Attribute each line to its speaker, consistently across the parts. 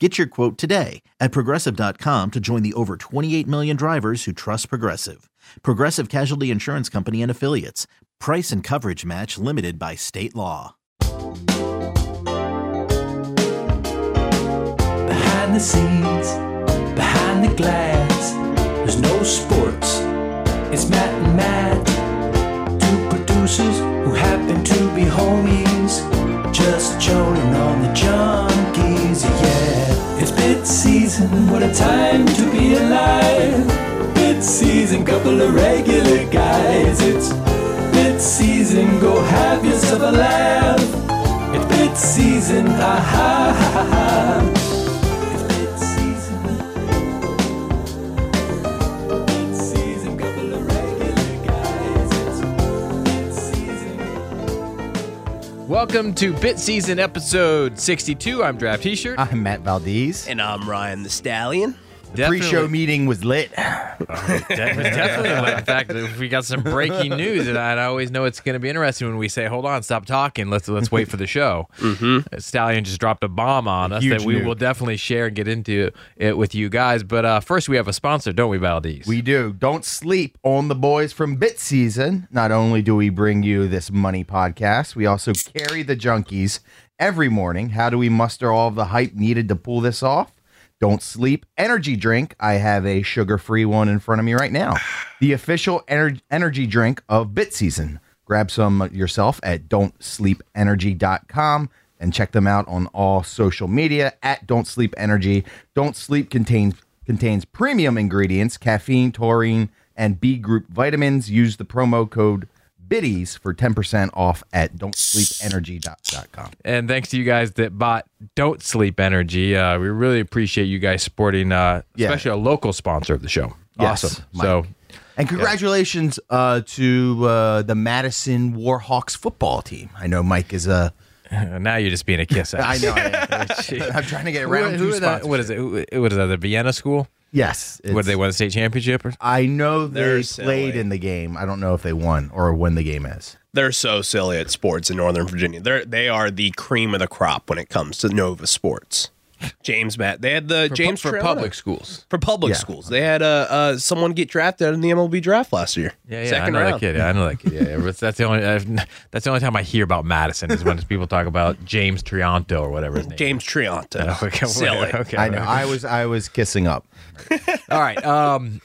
Speaker 1: Get your quote today at progressive.com to join the over 28 million drivers who trust Progressive. Progressive Casualty Insurance Company and Affiliates. Price and coverage match limited by state law.
Speaker 2: Behind the scenes, behind the glass, there's no sports. It's Matt and Matt, two producers who happen to be homies, just joning on the junkies. Yeah, it's bit season. What a time to be alive! Bit season, couple of regular guys. It's bit season. Go have yourself a laugh. It's bit season. Ah ha ha ha. It's bit season. Bit season, couple of regular guys. It's bit season.
Speaker 3: Welcome to Bit Season episode 62. I'm Draft T-shirt.
Speaker 4: I'm Matt Valdez.
Speaker 5: And I'm Ryan the Stallion.
Speaker 4: Pre-show meeting was lit.
Speaker 3: Definitely like the fact that we got some breaking news, and I, and I always know it's going to be interesting when we say, "Hold on, stop talking. Let's let's wait for the show." mm-hmm. Stallion just dropped a bomb on us
Speaker 4: Huge
Speaker 3: that we
Speaker 4: nuke.
Speaker 3: will definitely share and get into it with you guys. But uh, first, we have a sponsor, don't we, Valdez?
Speaker 4: We do. Don't sleep on the boys from Bit Season. Not only do we bring you this money podcast, we also carry the junkies every morning. How do we muster all of the hype needed to pull this off? Don't sleep energy drink. I have a sugar-free one in front of me right now. The official ener- energy drink of Bit Season. Grab some yourself at don'tsleepenergy.com and check them out on all social media at Don't Sleep Energy. Don't Sleep contains contains premium ingredients, caffeine, taurine, and B group vitamins. Use the promo code BIDDIES for 10% off at don'tsleepenergy.com.
Speaker 3: and thanks to you guys that bought Don't Sleep Energy. Uh, we really appreciate you guys sporting, uh,
Speaker 4: Yeah.
Speaker 3: especially a local sponsor of the show.
Speaker 4: Yes,
Speaker 3: awesome.
Speaker 4: Mike.
Speaker 3: So
Speaker 4: And congratulations uh, to uh, the Madison Warhawks football team. I know Mike is a.
Speaker 3: uh, now you're just being a kiss
Speaker 4: I
Speaker 3: ass.
Speaker 4: know. I am trying to get around
Speaker 3: Who-
Speaker 4: two
Speaker 3: who are that-
Speaker 4: spots.
Speaker 3: what is it? Who- What is that? The Vienna school?
Speaker 4: Yes.
Speaker 3: Where
Speaker 4: it's-
Speaker 3: they won the state championship? Or
Speaker 4: I know
Speaker 5: They're
Speaker 4: they played
Speaker 5: silly.
Speaker 4: in the game. I don't know if they won or when the game is.
Speaker 5: They're so silly at sports in Northern Virginia. They're they are the cream of the crop when it comes to Nova sports. James Matt, they had the James
Speaker 3: for
Speaker 5: Triana.
Speaker 3: public schools.
Speaker 5: for public
Speaker 4: Yeah.
Speaker 5: schools. They had uh, uh someone get drafted in the MLB draft last year.
Speaker 3: Yeah, yeah,
Speaker 5: Second
Speaker 3: I know
Speaker 5: round.
Speaker 3: that kid. Yeah, I know that kid. Yeah, yeah. But that's the only I've, that's the only time I hear about Madison is when people talk about James Trianto or whatever his name.
Speaker 5: James Trianta.
Speaker 3: is. Okay,
Speaker 5: silly.
Speaker 3: Okay,
Speaker 4: I know. I was I was kissing up.
Speaker 3: All right. Um,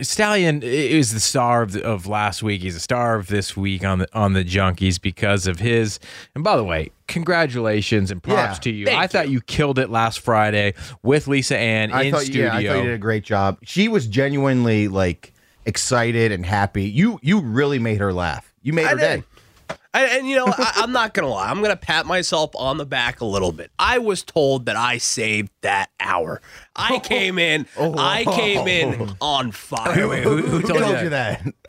Speaker 3: Stallion i- is the star of, the, of last week. He's a star of this week on the on the Junkies because of his. And by the way, congratulations and props
Speaker 4: Yeah.
Speaker 3: to you.
Speaker 5: Thank
Speaker 3: I thought you killed it last Friday with Lisa Ann
Speaker 4: I
Speaker 3: in
Speaker 4: thought,
Speaker 3: studio.
Speaker 4: Yeah, I thought you did a great job. She was genuinely like excited and happy. You you really made her laugh. You made
Speaker 5: I
Speaker 4: her
Speaker 5: did.
Speaker 4: day.
Speaker 5: I, and you know, I, I'm not gonna lie. I'm gonna pat myself on the back a little bit. I was told that I saved that hour. I came in. I came in on fire.
Speaker 3: Oh. who told you that?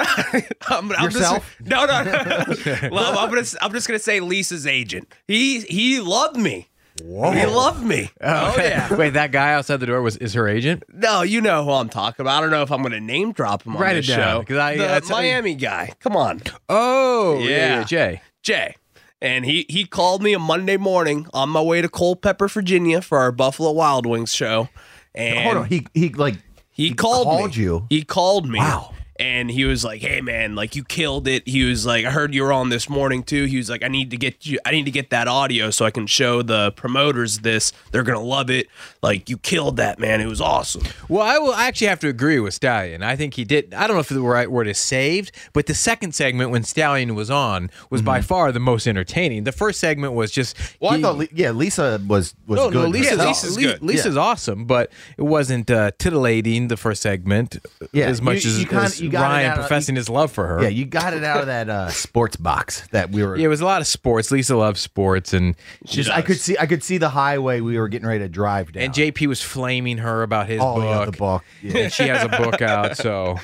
Speaker 5: I'm, I'm
Speaker 4: Yourself?
Speaker 5: Just, no, no, no. Well, I'm, gonna, I'm just gonna say Lisa's agent. He he loved me. He loved me. Oh, yeah.
Speaker 3: Wait, that guy outside the door was is her agent?
Speaker 5: No, you know who I'm talking about. I don't know if I'm gonna name drop him on
Speaker 3: Write
Speaker 5: this
Speaker 3: it down,
Speaker 5: show.
Speaker 3: 'cause I-
Speaker 5: the
Speaker 3: I tell you-
Speaker 5: Miami guy. Come on,
Speaker 3: Oh, yeah,
Speaker 5: Yeah.
Speaker 3: yeah, Jay.
Speaker 5: Jay. And he he called me a Monday morning on my way to Culpeper, Virginia, for our Buffalo Wild Wings show. And
Speaker 4: Hold on. He he like
Speaker 5: He, called
Speaker 4: called
Speaker 5: me.
Speaker 4: you?
Speaker 5: He called me.
Speaker 4: Wow.
Speaker 5: and he was like, "Hey man, like you killed it." He was like, "I heard you were on this morning too." He was like, "I need to get you I need to get that audio so I can show the promoters this. They're going to love it. Like you killed that, man. It was awesome."
Speaker 3: Well, I will actually have to agree with Stallion. I think he did. I don't know if the right word is saved, but the second segment when Stallion was on was by far the most entertaining. The first segment was just.
Speaker 4: Mm-hmm. Well, I
Speaker 3: he- Oh,
Speaker 4: thought, Li- yeah, Lisa was was
Speaker 3: no,
Speaker 4: good.
Speaker 3: no, Lisa,
Speaker 4: herself.
Speaker 3: Lisa's,
Speaker 5: Lisa's
Speaker 3: Li-
Speaker 5: good.
Speaker 3: Lisa's awesome, but it wasn't uh, titillating the first segment
Speaker 4: Yeah,
Speaker 3: as much
Speaker 4: you-
Speaker 3: as,
Speaker 4: you kinda-
Speaker 3: as
Speaker 4: you got it
Speaker 3: Ryan
Speaker 4: out of-
Speaker 3: professing his love for her.
Speaker 4: Yeah, you got it out of that uh, sports box that we were.
Speaker 3: Yeah, it was a lot of sports. Lisa loves sports, and
Speaker 4: just, I could see I could see the highway we were getting ready to drive down.
Speaker 3: and JP was flaming her about his
Speaker 4: oh
Speaker 3: book.
Speaker 4: yeah, the book. Yeah.
Speaker 3: and she has a book out. So,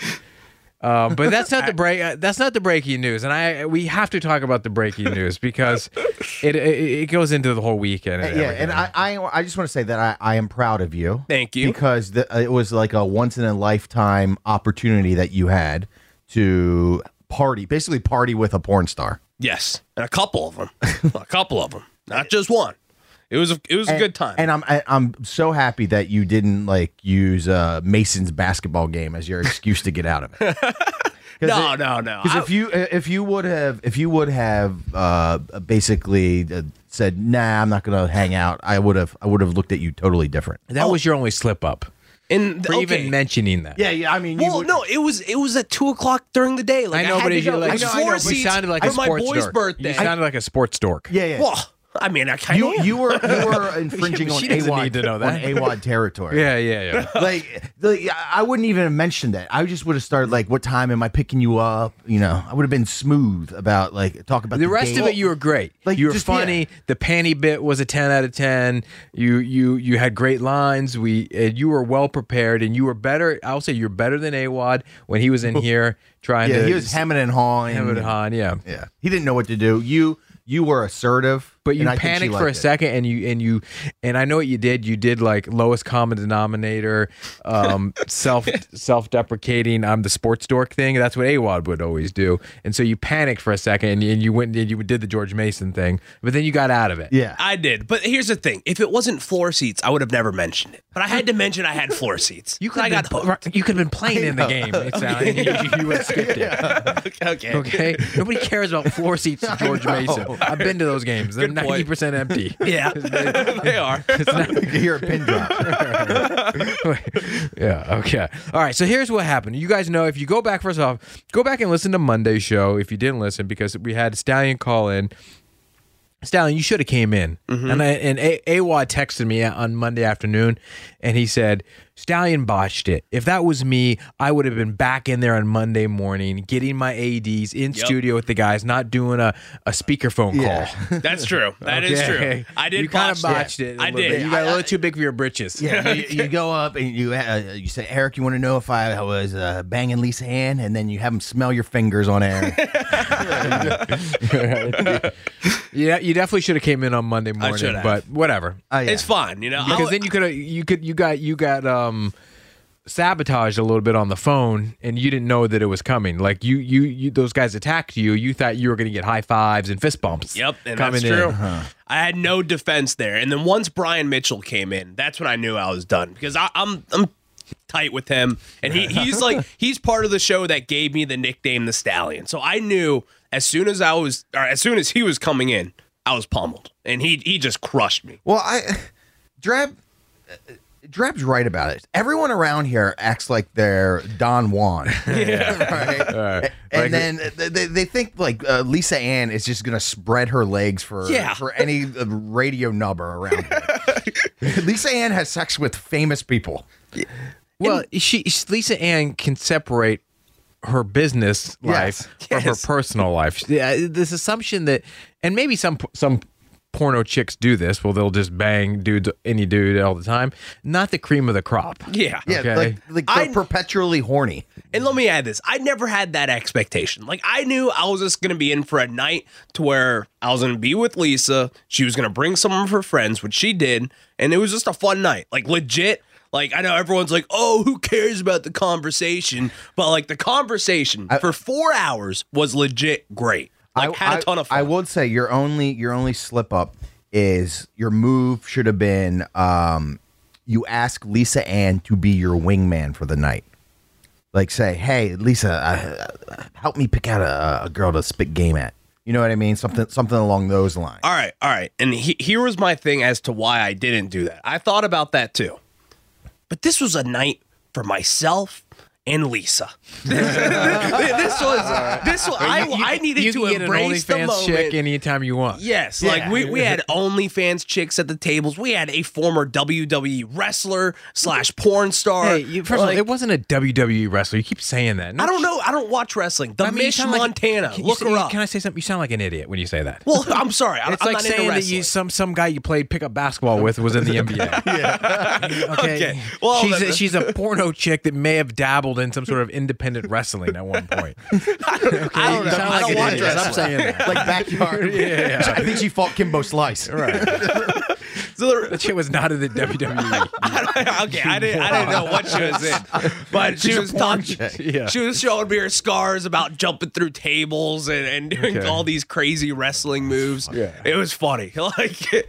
Speaker 3: um, but that's not the break. Uh, that's not the breaking news. And I we have to talk about the breaking news because it it, it goes into the whole weekend. And
Speaker 4: Uh, yeah,
Speaker 3: everything.
Speaker 4: and I, I I just want to say that I, I am proud of you.
Speaker 5: Thank you.
Speaker 4: Because the, uh, it was like a once in a lifetime opportunity that you had to party, basically party with a porn star.
Speaker 5: Yes, and a couple of them. a couple of them. Not just one. It was a, it was a good time.
Speaker 4: And I'm I, I'm so happy that you didn't like use uh, Mason's basketball game as your excuse to get out of it. 'Cause
Speaker 5: no,
Speaker 4: it-
Speaker 5: no, no,
Speaker 4: Because
Speaker 5: I-
Speaker 4: if you uh, if you would have if you would have uh, basically uh, said nah I'm not gonna hang out I would have I would have looked at you totally different.
Speaker 3: that was your only slip up
Speaker 5: and
Speaker 3: for
Speaker 5: okay.
Speaker 3: even mentioning that.
Speaker 4: yeah. I mean,
Speaker 5: Well, no, it was it was at two o'clock during the day. Like
Speaker 3: I know,
Speaker 5: had
Speaker 3: but
Speaker 5: to
Speaker 3: if you
Speaker 5: go.
Speaker 3: like,
Speaker 5: It was four
Speaker 3: you
Speaker 5: seats
Speaker 3: sounded like
Speaker 5: for
Speaker 3: a
Speaker 5: my
Speaker 3: sports
Speaker 5: boy's
Speaker 3: dork.
Speaker 5: birthday.
Speaker 3: You sounded like a sports dork.
Speaker 4: yeah, yeah.
Speaker 5: well, I mean, I kind
Speaker 4: you
Speaker 5: of
Speaker 4: you were you were
Speaker 3: Yeah,
Speaker 4: infringing
Speaker 3: but
Speaker 4: on
Speaker 3: she doesn't
Speaker 4: AWOD
Speaker 3: need to know that.
Speaker 4: on AWOD territory.
Speaker 3: yeah, yeah, yeah.
Speaker 4: Like, like I wouldn't even have mentioned that. I just would have started like, what time am I picking you up? You know, I would have been smooth about like talk about the,
Speaker 3: the rest
Speaker 4: date.
Speaker 3: of it you were great
Speaker 4: Like,
Speaker 3: you were
Speaker 4: just-
Speaker 3: funny
Speaker 4: yeah.
Speaker 3: the panty bit was a 10 out of 10 you you you had great lines we uh, you were well prepared and you were better i'll say you're better than awad when he was in here trying
Speaker 4: yeah,
Speaker 3: to
Speaker 4: he was hemming and hawing.
Speaker 3: hemming and hawing, yeah
Speaker 4: Yeah, he didn't know what to do. You you were assertive,
Speaker 3: but you
Speaker 4: and I think she
Speaker 3: panicked for a
Speaker 4: liked it.
Speaker 3: second and you and you and i know what you did you did like lowest common denominator um self self-deprecating i'm the sports dork thing that's what awad would always do and so you panicked for a second and, and you went and you did the george mason thing but then you got out of it
Speaker 4: Yeah,
Speaker 5: I did, but here's the thing: if it wasn't floor seats, I would have never mentioned it. But I had to mention I had floor seats.
Speaker 3: You could
Speaker 5: I
Speaker 3: have
Speaker 5: got
Speaker 3: been,
Speaker 5: hooked.
Speaker 3: right, you could have been playing in the game. It's out, and you, you would have skipped it.
Speaker 5: okay.
Speaker 3: Okay, nobody cares about floor seats to George Mason. I've been to those games. They're
Speaker 5: point.
Speaker 3: ninety percent empty.
Speaker 5: Yeah, they are.
Speaker 3: It's not-
Speaker 4: you hear a pin drop.
Speaker 3: yeah. Okay. All right. So here's what happened. You guys know if you go back first off, go back and listen to Monday's show if you didn't listen because we had Stallion call in. Stallion, you should have came in.
Speaker 5: Mm-hmm.
Speaker 3: And I, and A- Awad texted me on Monday afternoon, and he said Stallion botched it. If that was me, I would have been back in there on Monday morning, getting my ads in studio with the guys, not doing a a speakerphone call.
Speaker 5: That's true. That is
Speaker 3: Okay.
Speaker 5: true. I did.
Speaker 3: You kind of
Speaker 5: botch
Speaker 3: botched
Speaker 5: that.
Speaker 3: it. a
Speaker 5: I
Speaker 3: little bit. Ah,
Speaker 5: did.
Speaker 3: You got a little too big for your britches.
Speaker 4: Yeah, you, you go up and you uh, you say, Eric, you want to know if I was uh, banging Lisa Ann, and then you have him smell your fingers on air.
Speaker 3: Yeah, you definitely should have came in on Monday
Speaker 5: should
Speaker 3: morning,
Speaker 5: have.
Speaker 3: but whatever.
Speaker 4: Oh, yeah.
Speaker 5: It's fine. You know,
Speaker 3: Because
Speaker 5: I'll-
Speaker 3: then you could have you could you got you got um sabotaged a little bit on the phone and you didn't know that it was coming. Like you you, you those guys attacked you. You thought you were going to get high fives and fist bumps.
Speaker 5: Yep, and
Speaker 3: coming
Speaker 5: that's true.
Speaker 3: in.
Speaker 5: I had no defense there, and then once Brian Mitchell came in, that's when I knew I was done because I, I'm I'm tight with him, and he, he's like he's part of the show that gave me the nickname the Stallion. So I knew as soon as I was, or as soon as he was coming in, I was pummeled, and he he just crushed me.
Speaker 4: well, I Drab Drab's right about it. Everyone around here acts like they're Don Juan, right? and
Speaker 3: Like-
Speaker 4: then they, they think like uh, Lisa Ann is just gonna spread her legs for
Speaker 5: Yeah.
Speaker 4: for any uh, radio nubber around. Her. Lisa Ann has sex with famous people.
Speaker 3: Well, she Lisa Ann can separate her business life
Speaker 4: Yes.
Speaker 3: from
Speaker 5: Yes.
Speaker 3: her personal life. Yeah, This assumption that, and maybe some some porno chicks do this. Well, they'll just bang dudes, any dude, all the time. Not the cream of the crop.
Speaker 5: Yeah,
Speaker 4: Yeah,
Speaker 3: Okay.
Speaker 4: like, like they're
Speaker 5: I-
Speaker 4: perpetually horny.
Speaker 5: And let me add this: I never had that expectation. Like I knew I was just gonna be in for a night to where I was gonna be with Lisa. She was gonna bring some of her friends, which she did, and it was just a fun night. Like legit. Like I know everyone's like, "Oh, who cares about the conversation?" But like the conversation for four hours was legit great. Like had a ton of fun.
Speaker 4: I would say your only your only slip up is your move should have been um, you ask Lisa Ann to be your wingman for the night. like say, "Hey, Lisa, uh, uh, help me pick out a, a girl to spit game at." You know what I mean? Something something along those lines.
Speaker 5: All right, all right. And he, here was my thing as to why I didn't do that. I thought about that too. But this was a night for myself and Lisa. this was this was I, I needed
Speaker 3: you
Speaker 5: to
Speaker 3: can get an
Speaker 5: embrace the
Speaker 3: OnlyFans
Speaker 5: moment.
Speaker 3: chick anytime you want.
Speaker 5: Yes, like we, we had OnlyFans chicks at the tables. We had a former WWE wrestler slash porn star.
Speaker 3: Hey, you, first of all,
Speaker 5: Like,
Speaker 3: it wasn't a WWE wrestler. You keep saying that.
Speaker 5: I don't know. I don't watch wrestling. The
Speaker 3: I mean, you
Speaker 5: Mish
Speaker 3: sound like-
Speaker 5: Montana.
Speaker 3: can you
Speaker 5: Look
Speaker 3: say-
Speaker 5: her up.
Speaker 3: Can I say something? You sound like an idiot when you say that.
Speaker 5: well, I'm sorry. I'm,
Speaker 3: it's
Speaker 5: I'm
Speaker 3: like
Speaker 5: not into
Speaker 3: saying that
Speaker 5: wrestling.
Speaker 3: you some some guy you played pickup basketball with was in the NBA. Okay.
Speaker 5: Okay. Well,
Speaker 3: she's
Speaker 5: then-
Speaker 3: a, she's a porno chick that may have dabbled in some sort of independent wrestling at one point.
Speaker 5: I don't know.
Speaker 3: sound
Speaker 5: I
Speaker 3: like
Speaker 5: don't
Speaker 3: an
Speaker 5: watch
Speaker 3: idiot.
Speaker 5: wrestling.
Speaker 3: Stop saying that.
Speaker 4: Like backyard. I think she fought Kimbo Slice.
Speaker 3: Right.
Speaker 5: So there-
Speaker 3: That shit was not in the E. WWE.
Speaker 5: okay, I didn't, I didn't know what she was in, but she was talking.
Speaker 3: Yeah.
Speaker 5: She was showing me her scars about jumping through tables and, and doing
Speaker 3: Okay.
Speaker 5: all these crazy wrestling moves. Yeah. it was funny. Like,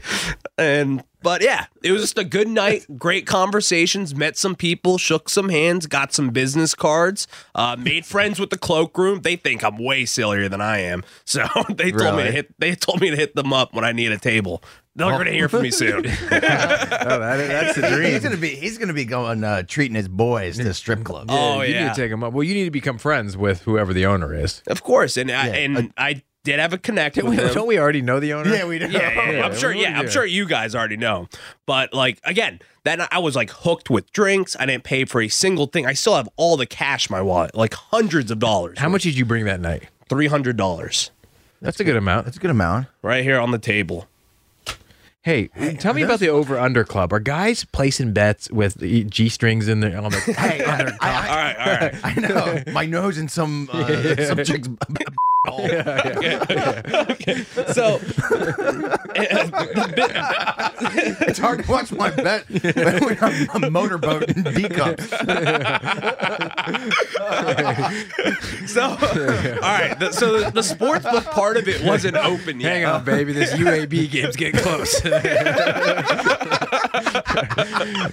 Speaker 5: and but yeah, it was just a good night. Great conversations. Met some people. Shook some hands. Got some business cards. Uh, made friends with the cloakroom. They think I'm way sillier than I am, so they told me to
Speaker 4: Really?
Speaker 5: hit. They told me to hit them up when I need a table. They're gonna hear from me soon.
Speaker 3: Oh, that- that's the
Speaker 4: He's gonna be he's gonna be going uh, treating his boys to strip club.
Speaker 5: oh
Speaker 3: you
Speaker 5: yeah.
Speaker 3: need to take him up. Well, you need to become friends with whoever the owner is.
Speaker 5: Of course, and I, and I did have a connect with him.
Speaker 3: Don't we already know the owner?
Speaker 4: Yeah, we do.
Speaker 5: yeah, yeah,
Speaker 3: Yeah,
Speaker 5: I'm sure.
Speaker 3: what do we
Speaker 5: Yeah, I'm
Speaker 3: do?
Speaker 5: sure you guys already know. But like again, then I was like hooked with drinks. I didn't pay for a single thing. I still have all the cash in my wallet, like hundreds of dollars.
Speaker 3: How much did you bring that night?
Speaker 5: Three hundred dollars
Speaker 3: That's, a good amount.
Speaker 4: That's a good amount.
Speaker 5: right here on the table.
Speaker 3: Hey, tell me about the over under club. Are guys placing bets with the g strings in their on their?
Speaker 4: Hey, I, I-
Speaker 5: All right, all right.
Speaker 4: I know my nose and some uh, some chicks.
Speaker 5: So
Speaker 4: It's hard to watch my bet when I'm a motorboat in D cups.
Speaker 5: so all right. The, so the, the sports book part of it wasn't open yet.
Speaker 3: Hang on, baby. This UAB game's getting close.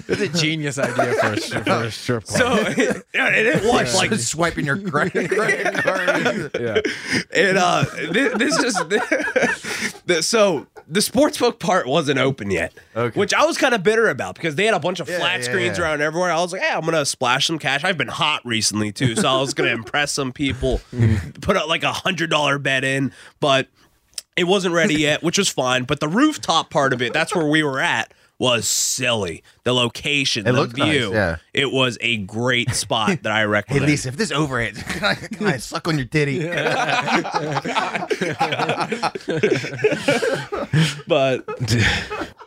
Speaker 3: That's a genius idea for a, stri- for a strip club.
Speaker 5: So it, it was like
Speaker 4: swiping your credit, credit card.
Speaker 3: yeah.
Speaker 5: and uh, this, this is the, so the sportsbook part wasn't open yet,
Speaker 4: Okay.
Speaker 5: which I was kind of bitter about because they had a bunch of flat
Speaker 4: yeah,
Speaker 5: screens
Speaker 4: yeah.
Speaker 5: around everywhere. I was like, "Yeah, I'm gonna splash some cash." I've been hot recently too, so I was gonna impress some people,
Speaker 4: Mm.
Speaker 5: put out like a hundred dollar bet in, but it wasn't ready yet, which was fine. But the rooftop part of it—that's where we were at. Was silly. The location, the
Speaker 4: looked nice,
Speaker 5: view.
Speaker 4: yeah.
Speaker 5: It was a great spot that I
Speaker 4: Hey,
Speaker 5: recommend.
Speaker 4: Lisa, if this overhead, can I, can I suck on your titty?
Speaker 5: but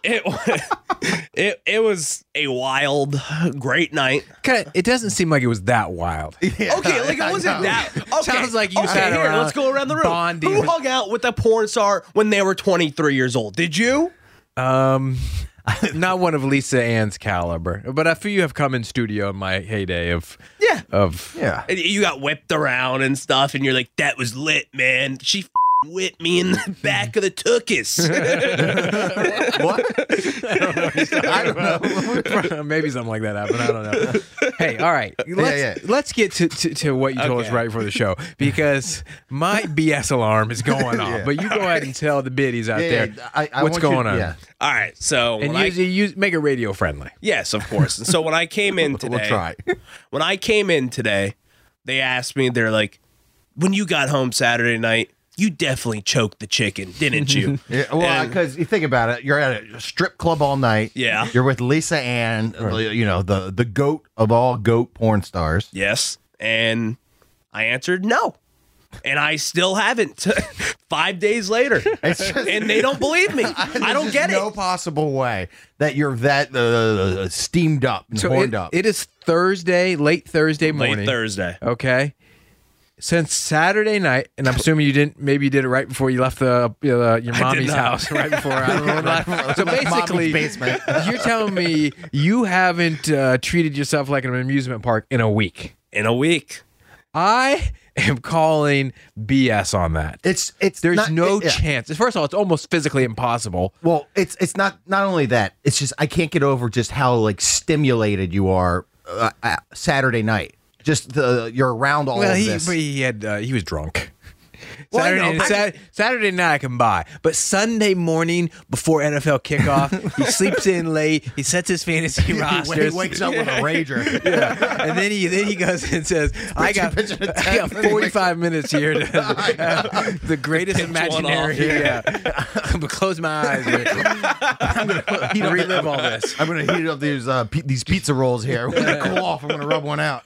Speaker 5: it wa- it it was a wild, great night.
Speaker 3: Kinda, it doesn't seem like it was that wild.
Speaker 5: Okay, like it wasn't that. Okay,
Speaker 3: Sounds like you
Speaker 5: okay,
Speaker 3: sat
Speaker 5: here,
Speaker 3: around
Speaker 5: Let's go around the room.
Speaker 3: bonding.
Speaker 5: Who hung out with a porn star when they were 23 years old? Did you?
Speaker 3: Um, not one of Lisa Ann's caliber, but a few have come in studio in my heyday of
Speaker 5: Yeah.
Speaker 3: of
Speaker 4: Yeah.
Speaker 5: And you got whipped around and stuff, and you're like, "That was lit, man." She f***ing whipped me in the back of the tuchus.
Speaker 4: What? I don't know.
Speaker 3: Maybe something like that happened. I don't know. Hey, all right. Let's,
Speaker 4: yeah.
Speaker 3: let's get to, to, to what you told us
Speaker 5: Okay.
Speaker 3: right before the show because my BS alarm is going off. But you go ahead and tell the biddies out
Speaker 4: Yeah,
Speaker 3: there
Speaker 4: yeah, I- I
Speaker 3: what's
Speaker 4: want you-
Speaker 3: going on.
Speaker 4: yeah.
Speaker 5: All right, so
Speaker 3: And
Speaker 5: when I-
Speaker 3: use, use, make it radio friendly.
Speaker 5: yes, of course. And so when I came in today,
Speaker 4: We'll try.
Speaker 5: when I came in today, they asked me, they're like, when you got home Saturday night, you definitely choked the chicken, didn't you?
Speaker 4: Yeah, well,
Speaker 5: And-
Speaker 4: because you think about it, you're at a strip club all night.
Speaker 5: Yeah.
Speaker 4: You're with Lisa Ann, you know, the, the goat of all goat porn stars.
Speaker 5: yes. And I answered no. And I still haven't. Five days later.
Speaker 4: It's just-
Speaker 5: and they don't believe me. I
Speaker 4: There's
Speaker 5: don't
Speaker 4: just
Speaker 5: get
Speaker 4: no
Speaker 5: it.
Speaker 4: possible way that you're that uh, steamed up and
Speaker 3: So
Speaker 4: horned
Speaker 3: it,
Speaker 4: up.
Speaker 3: it is Thursday, late Thursday
Speaker 5: Late
Speaker 3: morning.
Speaker 5: Thursday.
Speaker 3: Okay. Since Saturday night, and I'm assuming you didn't, maybe you did it right before you left the uh, your mommy's
Speaker 5: not.
Speaker 3: house, right before. I don't know when I- so basically,
Speaker 4: Mommy's basement.
Speaker 3: you're telling me you haven't uh, treated yourself like an amusement park in a week.
Speaker 5: In a week.
Speaker 3: I am calling BS on that.
Speaker 4: it's it's
Speaker 3: There's
Speaker 4: not-
Speaker 3: no
Speaker 4: it- yeah.
Speaker 3: chance. First of all, it's almost physically impossible.
Speaker 4: Well, it's it's not not only that. It's just I can't get over just how like stimulated you are uh, uh, Saturday night. Just the you're around all
Speaker 3: Well,
Speaker 4: of
Speaker 3: he,
Speaker 4: this.
Speaker 3: but he had uh, he was drunk.
Speaker 4: Well, I
Speaker 3: Saturday,
Speaker 4: know.
Speaker 3: Sat- Saturday night I can buy, but Sunday morning before NFL kickoff, he sleeps in late. He sets his fantasy
Speaker 4: When he
Speaker 3: rosters,
Speaker 4: wakes up with a rager.
Speaker 3: yeah, and then he then he goes and says, "I got,
Speaker 4: pitch it a
Speaker 3: I got
Speaker 4: tent.
Speaker 3: 45 minutes here to have the greatest
Speaker 5: one
Speaker 3: imaginary. Yeah, I'm gonna close my eyes. I'm gonna relive all this.
Speaker 4: I'm gonna heat up these uh, pi- these pizza rolls here. When they cool off, I'm gonna rub one out.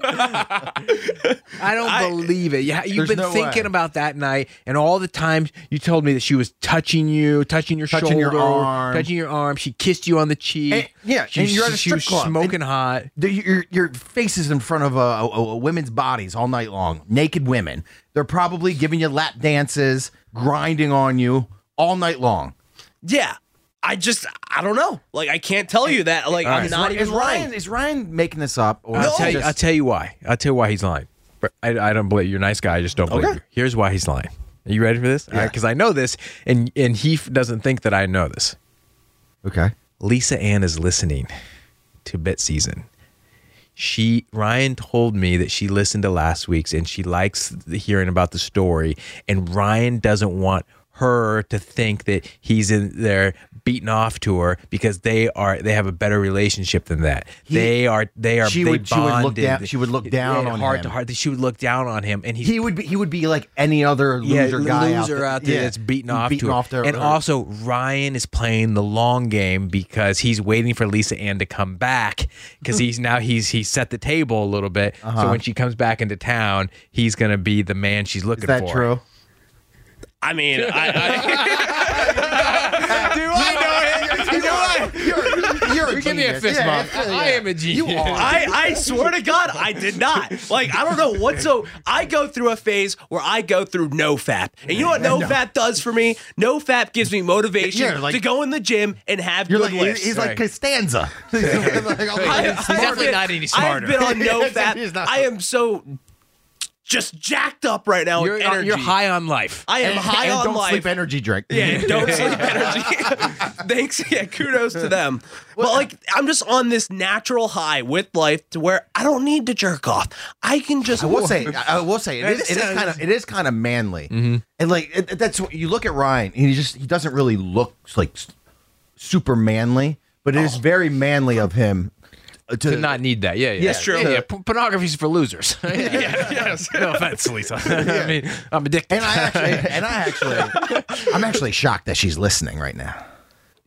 Speaker 3: I don't believe it. You, ha- you've
Speaker 4: There's
Speaker 3: been
Speaker 4: no
Speaker 3: thinking
Speaker 4: way.
Speaker 3: about that night and all the times you told me that she was touching you, touching your
Speaker 4: Touching your
Speaker 3: shoulder,
Speaker 4: arm.
Speaker 3: touching your arm. She kissed you on the cheek.
Speaker 4: And- yeah,
Speaker 3: she,
Speaker 4: and you're at a
Speaker 3: she
Speaker 4: strip
Speaker 3: was
Speaker 4: club.
Speaker 3: smoking hot.
Speaker 4: The- your your face is in front of a, a, a women's bodies all night long. Naked women. They're probably giving you lap dances, grinding on you all night long.
Speaker 5: Yeah. I just I don't know. Like I can't tell you that. Like I'm
Speaker 3: right.
Speaker 5: not
Speaker 4: Is
Speaker 5: even
Speaker 4: Ryan
Speaker 5: lying.
Speaker 4: is Ryan making this up? Or
Speaker 3: I'll
Speaker 4: is
Speaker 3: tell
Speaker 4: it
Speaker 3: you. I'll
Speaker 4: just-
Speaker 3: tell you why. I'll tell you why he's lying. But I, I don't believe you're a nice guy. I just don't believe
Speaker 4: Okay.
Speaker 3: you. Here's why he's lying. Are you ready for this? Because I know this, and and he f- doesn't think that I know this.
Speaker 4: okay.
Speaker 3: Lisa Ann is listening to Bit Season. She Ryan told me that she listened to last week's and she likes the- hearing about the story. And Ryan doesn't want her to think that he's in there beating off to her because they are they have a better relationship than that. they are they are
Speaker 4: she
Speaker 3: they
Speaker 4: would- she would look
Speaker 3: bonded.
Speaker 4: down- she would look down
Speaker 3: Yeah,
Speaker 4: on
Speaker 3: heart
Speaker 4: him.
Speaker 3: to heart. She would look down on him, and he's
Speaker 4: He would be he would be like any other loser
Speaker 3: yeah,
Speaker 4: guy
Speaker 3: loser
Speaker 4: out there, Yeah.
Speaker 3: that's beaten off
Speaker 4: beaten
Speaker 3: to it.
Speaker 4: off their-
Speaker 3: and
Speaker 4: her-
Speaker 3: also Ryan is playing the long game because he's waiting for Lisa Ann to come back because he's now he's he's set the table a little bit. So when she comes back into town, he's gonna be the man she's looking
Speaker 4: Uh-huh. Is that
Speaker 3: for.
Speaker 4: true?
Speaker 5: I mean, I,
Speaker 3: Do I know him? Do I?
Speaker 4: You're, you're a
Speaker 3: Give me a
Speaker 4: genius.
Speaker 3: fist
Speaker 4: Yeah,
Speaker 3: bump.
Speaker 4: yeah,
Speaker 3: I
Speaker 4: yeah.
Speaker 3: am a genius.
Speaker 4: You are.
Speaker 5: I, I swear to God, I did not. Like, I don't know what. So, I go through a phase where I go through no fat. And you know what no, fat does for me? No fat gives me motivation
Speaker 4: Yeah, like-
Speaker 5: to go in the gym and have
Speaker 4: You're
Speaker 5: good
Speaker 4: like
Speaker 5: lists.
Speaker 4: he's like Costanza. He's like, oh,
Speaker 5: I-
Speaker 4: he's
Speaker 5: I've
Speaker 4: smarter.
Speaker 3: definitely not any smarter.
Speaker 5: I've been on no
Speaker 4: Yes,
Speaker 5: fat.
Speaker 4: he's not.
Speaker 5: I am so just jacked up right now.
Speaker 3: You're,
Speaker 5: with
Speaker 3: Oh, you're
Speaker 5: energy.
Speaker 3: high on life.
Speaker 5: I am
Speaker 4: uh, And-
Speaker 5: high
Speaker 4: and
Speaker 5: on
Speaker 4: don't
Speaker 5: life.
Speaker 4: sleep energy drink.
Speaker 5: Yeah, and don't sleep energy. Thanks. Yeah, kudos to them. But like, I'm just on this natural high with life to where I don't need to jerk off. I can just.
Speaker 4: I will say, I I will say, it is,
Speaker 3: this
Speaker 4: it is
Speaker 3: sounds-
Speaker 4: kind of, it is kind of manly,
Speaker 3: Mm-hmm.
Speaker 4: and like it, that's what you look at Ryan, and he just he doesn't really look like s- super manly, but it is very manly of him to,
Speaker 3: Did not need that. Yeah, yeah.
Speaker 4: That's true.
Speaker 3: Yeah, yeah. P- pornography's for losers.
Speaker 5: yes.
Speaker 3: No offense, Lisa. I mean, I'm addicted.
Speaker 4: And I actually, and I actually, I'm actually shocked that she's listening right now.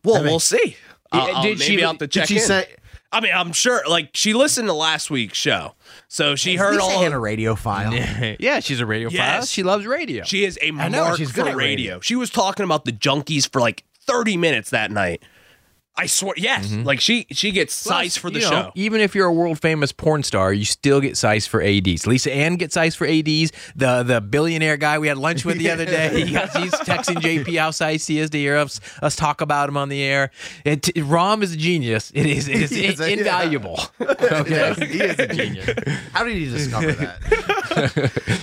Speaker 5: Well, we'll see. I'll- I'll-
Speaker 3: did she-
Speaker 5: maybe I'll have to
Speaker 4: did
Speaker 5: check
Speaker 4: she
Speaker 5: in.
Speaker 4: say-
Speaker 5: I mean, I'm sure. Like, she listened to last week's show, so she heard
Speaker 4: Lisa
Speaker 5: all.
Speaker 4: had a
Speaker 5: Of,
Speaker 4: radio file.
Speaker 3: yeah, she's a radiophile.
Speaker 5: Yes.
Speaker 3: She loves radio.
Speaker 5: she is a mark
Speaker 4: know, she's
Speaker 5: for
Speaker 4: good at
Speaker 5: radio.
Speaker 4: radio.
Speaker 5: She was talking about the junkies for like 30 minutes that night. I swear. Yes.
Speaker 4: Mm-hmm.
Speaker 5: Like she she gets size for the
Speaker 3: You know,
Speaker 5: show.
Speaker 3: even if you're a world famous porn star, you still get size for ads. Lisa Ann gets size for ads. The the billionaire guy we had lunch with the other day, he got, he's texting JP how size he is to hear us, us talk about him on the air. It, Rom is a genius. It is, it is
Speaker 4: He is a- yeah.
Speaker 3: invaluable. Okay.
Speaker 4: He is a genius. How did you discover that?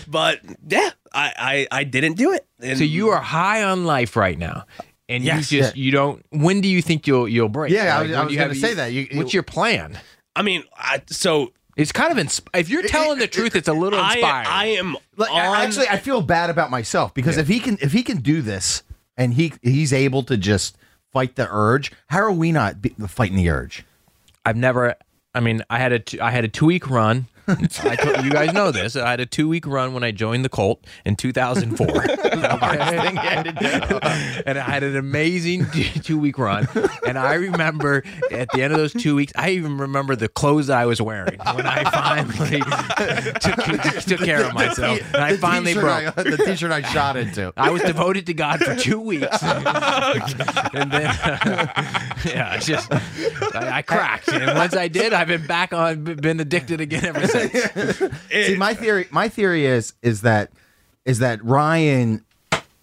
Speaker 5: But yeah, I, I I didn't do it. And
Speaker 3: So you are high on life right now. And
Speaker 5: Yes.
Speaker 3: you just you don't. When do you think you'll you'll break?
Speaker 4: Yeah, I was-
Speaker 3: when
Speaker 4: I
Speaker 3: do
Speaker 4: was
Speaker 3: you
Speaker 4: gonna
Speaker 3: have-
Speaker 4: say that. You-
Speaker 3: what's your plan?
Speaker 5: I mean, I, so
Speaker 3: It's kind of insp- if you're telling the truth, it's a little
Speaker 5: I
Speaker 3: inspiring.
Speaker 5: I am
Speaker 4: Like,
Speaker 5: on,
Speaker 4: I- actually, I feel bad about myself because if he can, if he can do this, and he he's able to just fight the urge, how are we not be, fighting the urge?
Speaker 3: I've never. I mean, I had a two, I had a two week run. I told, you guys know this. I had a two week run when I joined the Colt in 2004, and I had an amazing two week run. And I remember at the end of those two weeks, I even remember the clothes I was wearing when I finally took, took care of myself. And I
Speaker 4: Oh The
Speaker 3: finally
Speaker 4: t-shirt
Speaker 3: broke.
Speaker 4: I- the t-shirt I shot into.
Speaker 3: I was devoted to God for two weeks, and then yeah, I just I, I cracked. And once I did, I've been back on, been addicted again ever since.
Speaker 4: See, my theory, my theory is is that is that Ryan,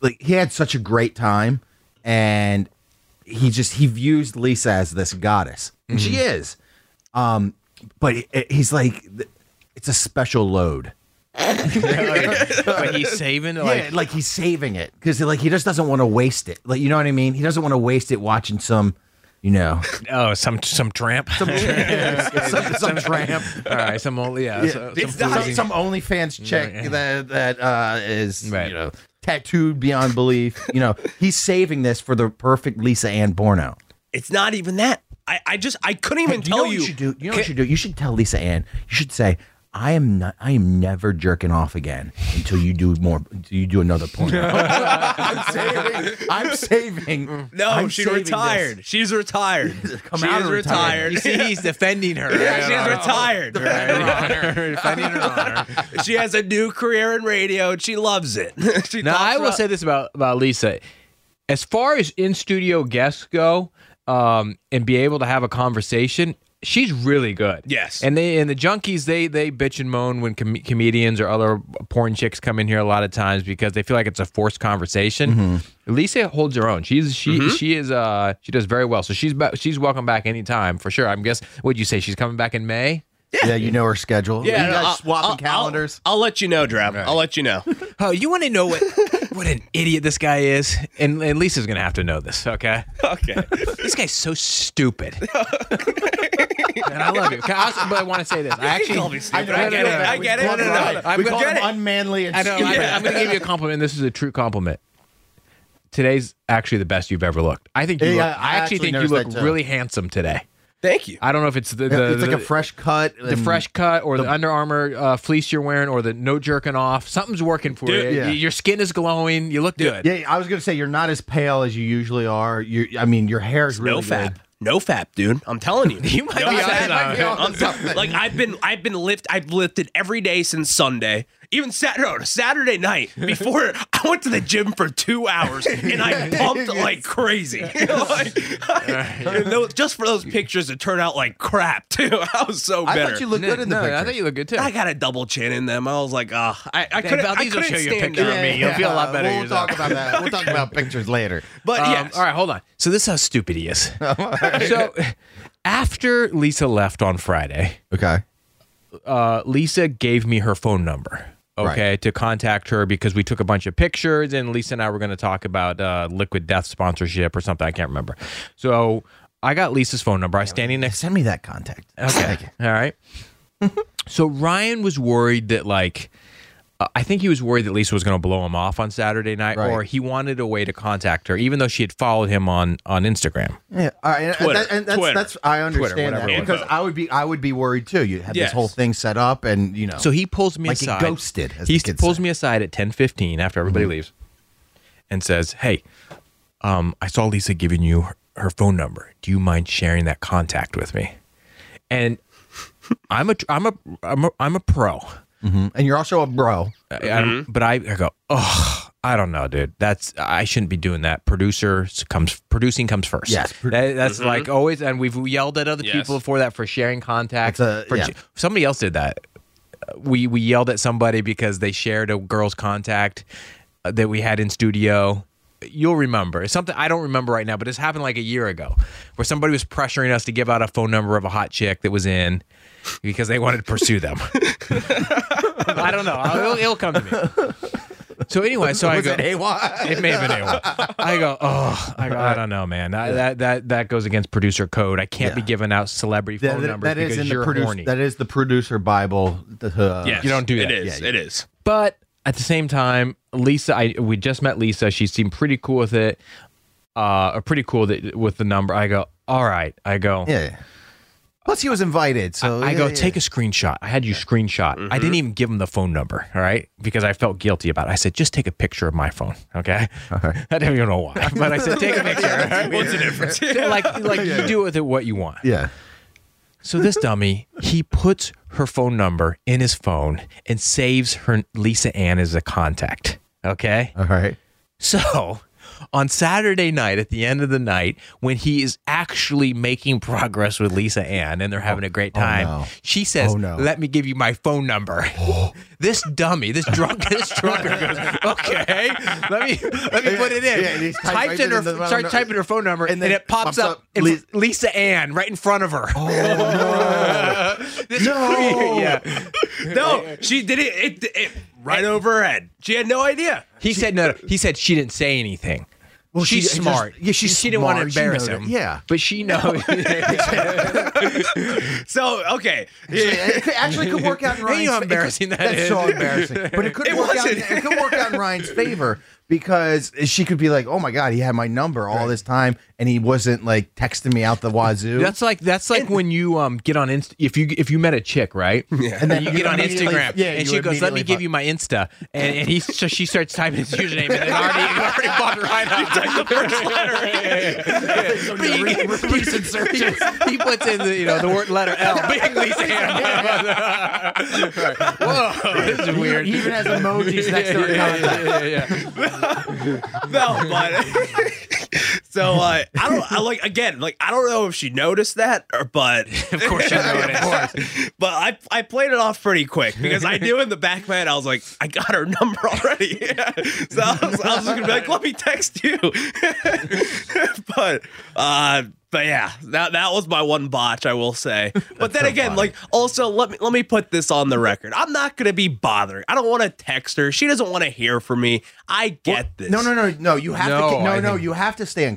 Speaker 4: like he had such a great time, and he just he views Lisa as this goddess, and she
Speaker 3: Mm-hmm.
Speaker 4: is, um, but he- he's like, it's a special load.
Speaker 3: But he's saving
Speaker 4: yeah, like he's saving it because like he just doesn't want to waste it. Like you know what I mean? He doesn't want to waste it watching some you know,
Speaker 3: Oh, some some tramp. Some,
Speaker 4: some, some tramp.
Speaker 3: All right, some old yeah. so-
Speaker 4: It's
Speaker 3: some
Speaker 4: not
Speaker 3: floozy.
Speaker 4: some OnlyFans chick
Speaker 3: Yeah, yeah.
Speaker 4: that that uh, is
Speaker 3: Right.
Speaker 4: you know tattooed beyond belief. you know, he's saving this for the perfect Lisa Ann Borno.
Speaker 5: It's not even that. I, I just I couldn't even
Speaker 4: Hey, do
Speaker 5: tell
Speaker 4: you. Know what
Speaker 5: you.
Speaker 4: you should do. You know what you should do. You should tell Lisa Ann. You should say, "I am not. I am never jerking off again until you do more. Until you do another porn." I'm saving. I'm saving.
Speaker 5: no,
Speaker 4: I'm
Speaker 5: she
Speaker 4: saving this.
Speaker 5: retired. She's retired.
Speaker 4: Come
Speaker 5: she
Speaker 4: out
Speaker 5: is
Speaker 4: and retire.
Speaker 5: retired.
Speaker 3: You see, he's defending her.
Speaker 5: Yeah, she's retired.
Speaker 3: defending her honor.
Speaker 5: She has a new career in radio. And she loves it. she
Speaker 3: Now,
Speaker 5: talks
Speaker 3: I will
Speaker 5: about-
Speaker 3: say this about about Lisa: as far as in studio guests go, um, and be able to have a conversation, she's really good.
Speaker 5: Yes.
Speaker 3: and they and the junkies they they bitch and moan when com- comedians or other porn chicks come in here a lot of times because they feel like it's a forced conversation. Lisa holds her own. She's she she is uh she does very well. So she's ba- she's welcome back anytime for sure. I'm guess would you say she's coming back in May?
Speaker 4: Yeah, you know her schedule.
Speaker 5: Yeah,
Speaker 4: you
Speaker 5: no,
Speaker 4: guys
Speaker 5: I'll-
Speaker 4: swapping
Speaker 5: I'll-
Speaker 4: calendars.
Speaker 5: I'll, I'll let you know, Drav. I'll let you know.
Speaker 3: Oh, you want to know what what an idiot this guy is, and, and Lisa's gonna have to know this. Okay.
Speaker 5: okay.
Speaker 3: This guy's so stupid. and I love you. Can I also- but I want to say this. I actually.
Speaker 5: call me stupid.
Speaker 3: No, no,
Speaker 5: I get
Speaker 3: no,
Speaker 5: it.
Speaker 3: no.
Speaker 5: I get it.
Speaker 3: We
Speaker 5: No, no,
Speaker 3: call him
Speaker 5: no.
Speaker 3: out. I'm
Speaker 4: we
Speaker 3: gonna
Speaker 4: call
Speaker 3: get
Speaker 4: him
Speaker 3: it.
Speaker 4: unmanly. And
Speaker 3: I know. I'm,
Speaker 5: Yeah.
Speaker 3: I'm going to give you a compliment. This is a true compliment. Today's actually the best you've ever looked. I think you.
Speaker 4: Yeah,
Speaker 3: look,
Speaker 4: I
Speaker 3: I, actually
Speaker 4: actually
Speaker 3: think you
Speaker 4: noticed
Speaker 3: look
Speaker 4: that too.
Speaker 3: really handsome today.
Speaker 5: Thank you.
Speaker 3: I don't know if it's the, the
Speaker 4: it's like
Speaker 3: the-
Speaker 4: a fresh cut.
Speaker 3: the fresh cut or the, Under Armour uh, fleece you're wearing or the no jerking off. Something's working for
Speaker 5: Dude,
Speaker 3: you.
Speaker 4: yeah.
Speaker 3: Y- Your skin is glowing. You look good.
Speaker 4: Yeah, I was gonna say you're not as pale as you usually are. You, I mean, your hair's really
Speaker 5: no fap.
Speaker 4: good.
Speaker 5: No fap, dude. I'm telling you.
Speaker 3: You might
Speaker 5: no
Speaker 3: be onto
Speaker 5: fap.
Speaker 3: something.
Speaker 4: Might be onto
Speaker 5: I'm telling-
Speaker 4: something.
Speaker 5: Like I've been I've been lift I've lifted every day since Sunday. Even Saturday, no, Saturday night before I went to the gym for two hours and I pumped like crazy. like, and those- just for those pictures to turn out like crap too. I was so
Speaker 4: I
Speaker 5: bitter.
Speaker 4: thought you looked good in the
Speaker 3: no,
Speaker 4: picture.
Speaker 3: I thought you look good too.
Speaker 5: I got a double chin in them. I was like, ah, I, I couldn't.
Speaker 3: Val,
Speaker 5: I
Speaker 3: these will
Speaker 5: couldn't
Speaker 3: show you a
Speaker 5: stand
Speaker 3: picture of
Speaker 5: up.
Speaker 3: me. You'll feel a lot better
Speaker 4: We'll
Speaker 3: yourself.
Speaker 4: talk about that. We'll talk about pictures later.
Speaker 5: But
Speaker 3: Um,
Speaker 5: yes,
Speaker 3: All right, hold on. So this is how stupid he is. so after Lisa left on Friday,
Speaker 4: Okay.
Speaker 3: uh, Lisa gave me her phone number. Okay, to contact her because we took a bunch of pictures and Lisa and I were going to talk about uh, Liquid Death sponsorship or something. I can't remember. So I got Lisa's phone number. I was standing next.
Speaker 4: Send me that contact.
Speaker 3: Okay. All right. so Ryan was worried that like uh, I think he was worried that Lisa was going to blow him off on Saturday night
Speaker 4: Right.
Speaker 3: or he wanted a way to contact her even though she had followed him on on Instagram.
Speaker 4: Yeah. All right. And,
Speaker 5: Twitter.
Speaker 4: and, that, and that's,
Speaker 5: Twitter.
Speaker 4: that's I understand
Speaker 3: whatever
Speaker 4: that
Speaker 3: it
Speaker 5: was.
Speaker 4: because I would be I would be worried too. You had
Speaker 5: Yes.
Speaker 4: this whole thing set up, and you know.
Speaker 3: So he pulls me
Speaker 4: Like he
Speaker 3: aside.
Speaker 4: ghosted, as
Speaker 3: He
Speaker 4: the kids
Speaker 3: pulls
Speaker 4: say. Mm-hmm.
Speaker 3: me aside at ten fifteen after everybody leaves, and says, "Hey, um, I saw Lisa giving you her, her phone number. Do you mind sharing that contact with me?" And I'm a I'm a I'm a, I'm a pro,
Speaker 4: and you're also a bro.
Speaker 3: I- I- but I, I go, oh, I don't know, dude. That's I shouldn't be doing that. Producer comes producing comes first.
Speaker 4: Yes.
Speaker 3: That- that's like always, and we've yelled at other
Speaker 5: Yes.
Speaker 3: people for that for sharing contacts.
Speaker 4: It's a-
Speaker 3: for
Speaker 4: yeah.
Speaker 3: somebody else did that. Uh, We we yelled at somebody because they shared a girl's contact uh, that we had in studio. You'll remember It's something I don't remember right now, but it's happened like a year ago, where somebody was pressuring us to give out a phone number of a hot chick that was in because they wanted to pursue them. I don't know. I'll- It'll, it'll come to me. So anyway, so I
Speaker 4: Was
Speaker 3: go.
Speaker 4: it AY?
Speaker 3: It may have been A1. I go, oh, I, go, I don't know, man. I, that that that goes against producer code. I can't be giving out celebrity
Speaker 4: That-
Speaker 3: phone
Speaker 4: that-
Speaker 3: numbers
Speaker 4: that is
Speaker 3: because
Speaker 4: in
Speaker 3: you're
Speaker 4: the producer.
Speaker 3: horny.
Speaker 4: That is the producer Bible. The, uh,
Speaker 5: yes,
Speaker 3: you don't do that.
Speaker 5: It is.
Speaker 4: Yeah,
Speaker 5: It is.
Speaker 3: but at the same time, Lisa, I we just met Lisa. She seemed pretty cool with it. Uh, or pretty cool that, with the number. I go, all right. I go,
Speaker 4: Yeah. Plus, he was invited, so
Speaker 3: I
Speaker 4: yeah,
Speaker 3: go,
Speaker 4: Oh, yeah. Mm-hmm.
Speaker 3: take a screenshot. I had you screenshot. I didn't even give him the phone number, all right? Because I felt guilty about it. I said, just take a picture of my phone, okay? I don't even know why, but I said, take a picture. all right?
Speaker 5: What's the difference?
Speaker 3: like, like you do with it what you want.
Speaker 4: Yeah.
Speaker 3: So this dummy, he puts her phone number in his phone and saves her Lisa Ann as a contact, okay?
Speaker 4: All right.
Speaker 3: So on Saturday night, at the end of the night, when he is actually making progress with Lisa Ann and they're having a great time,
Speaker 4: Oh, no.
Speaker 3: she says,
Speaker 4: Oh, no.
Speaker 3: Let me give you my phone number. this dummy, this drunk, this drunkard goes, Okay, let me let me put it in.
Speaker 4: Yeah, and he's typed
Speaker 3: Typed
Speaker 4: right
Speaker 3: in her
Speaker 4: in the-
Speaker 3: start typing her phone number and,
Speaker 4: And then
Speaker 3: it pops,
Speaker 4: pops
Speaker 3: up,
Speaker 4: up
Speaker 3: in-
Speaker 4: Lis-
Speaker 3: Lisa Ann right in front of her. Oh no. this
Speaker 4: No.
Speaker 3: yeah.
Speaker 5: No, she did it, it, it right over her head. She had no idea.
Speaker 3: He said no, no. He said she didn't say anything.
Speaker 4: Well,
Speaker 3: she's
Speaker 4: she-
Speaker 3: smart.
Speaker 4: just- yeah, she's
Speaker 3: she didn't want to
Speaker 4: smart. She
Speaker 3: embarrass
Speaker 4: knows it.
Speaker 3: him.
Speaker 4: Yeah.
Speaker 3: but she knows.
Speaker 5: So okay, yeah.
Speaker 4: It could- actually could work out in Ryan's
Speaker 3: you know how
Speaker 4: fa- it could-
Speaker 3: embarrassing that
Speaker 4: That's so
Speaker 3: is.
Speaker 4: embarrassing. But it could
Speaker 5: It
Speaker 4: work
Speaker 5: wasn't.
Speaker 4: out it could work out in Ryan's favor because she could be like, "Oh my god, he had my number all this time and he wasn't like texting me out the wazoo."
Speaker 3: that's like that's like when you um get on Insta if you if you met a chick right yeah. and then you get on
Speaker 4: immediately-
Speaker 3: Instagram
Speaker 4: yeah,
Speaker 3: and
Speaker 4: you
Speaker 3: she goes let me
Speaker 4: immediately
Speaker 3: give
Speaker 4: fuck."
Speaker 3: you my Insta and, and he so she starts typing his username and then already already bought right up the first letter he, he, he puts in the you know the word letter L big Lisa Ann. Right. whoa this is weird
Speaker 4: He even has emojis next to her contact.
Speaker 3: yeah, yeah, yeah.
Speaker 5: no, but so uh, I don't. I like again. Like I don't know if she noticed that, or but
Speaker 3: of course you know it is.
Speaker 5: but I I played it off pretty quick because I knew in the back of my head I was like I got her number already, so I was, I was just gonna be like let me text you, but uh. But yeah, that that was my one botch, I will say. But then again, like also let me let me put this on the record. I'm not gonna be bothering. I don't want to text her. She doesn't want to hear from me. I get this.
Speaker 4: No, no, no, no. You have
Speaker 3: No,
Speaker 4: to. ke- No,
Speaker 3: I
Speaker 4: no.
Speaker 3: think-
Speaker 4: You have to stay in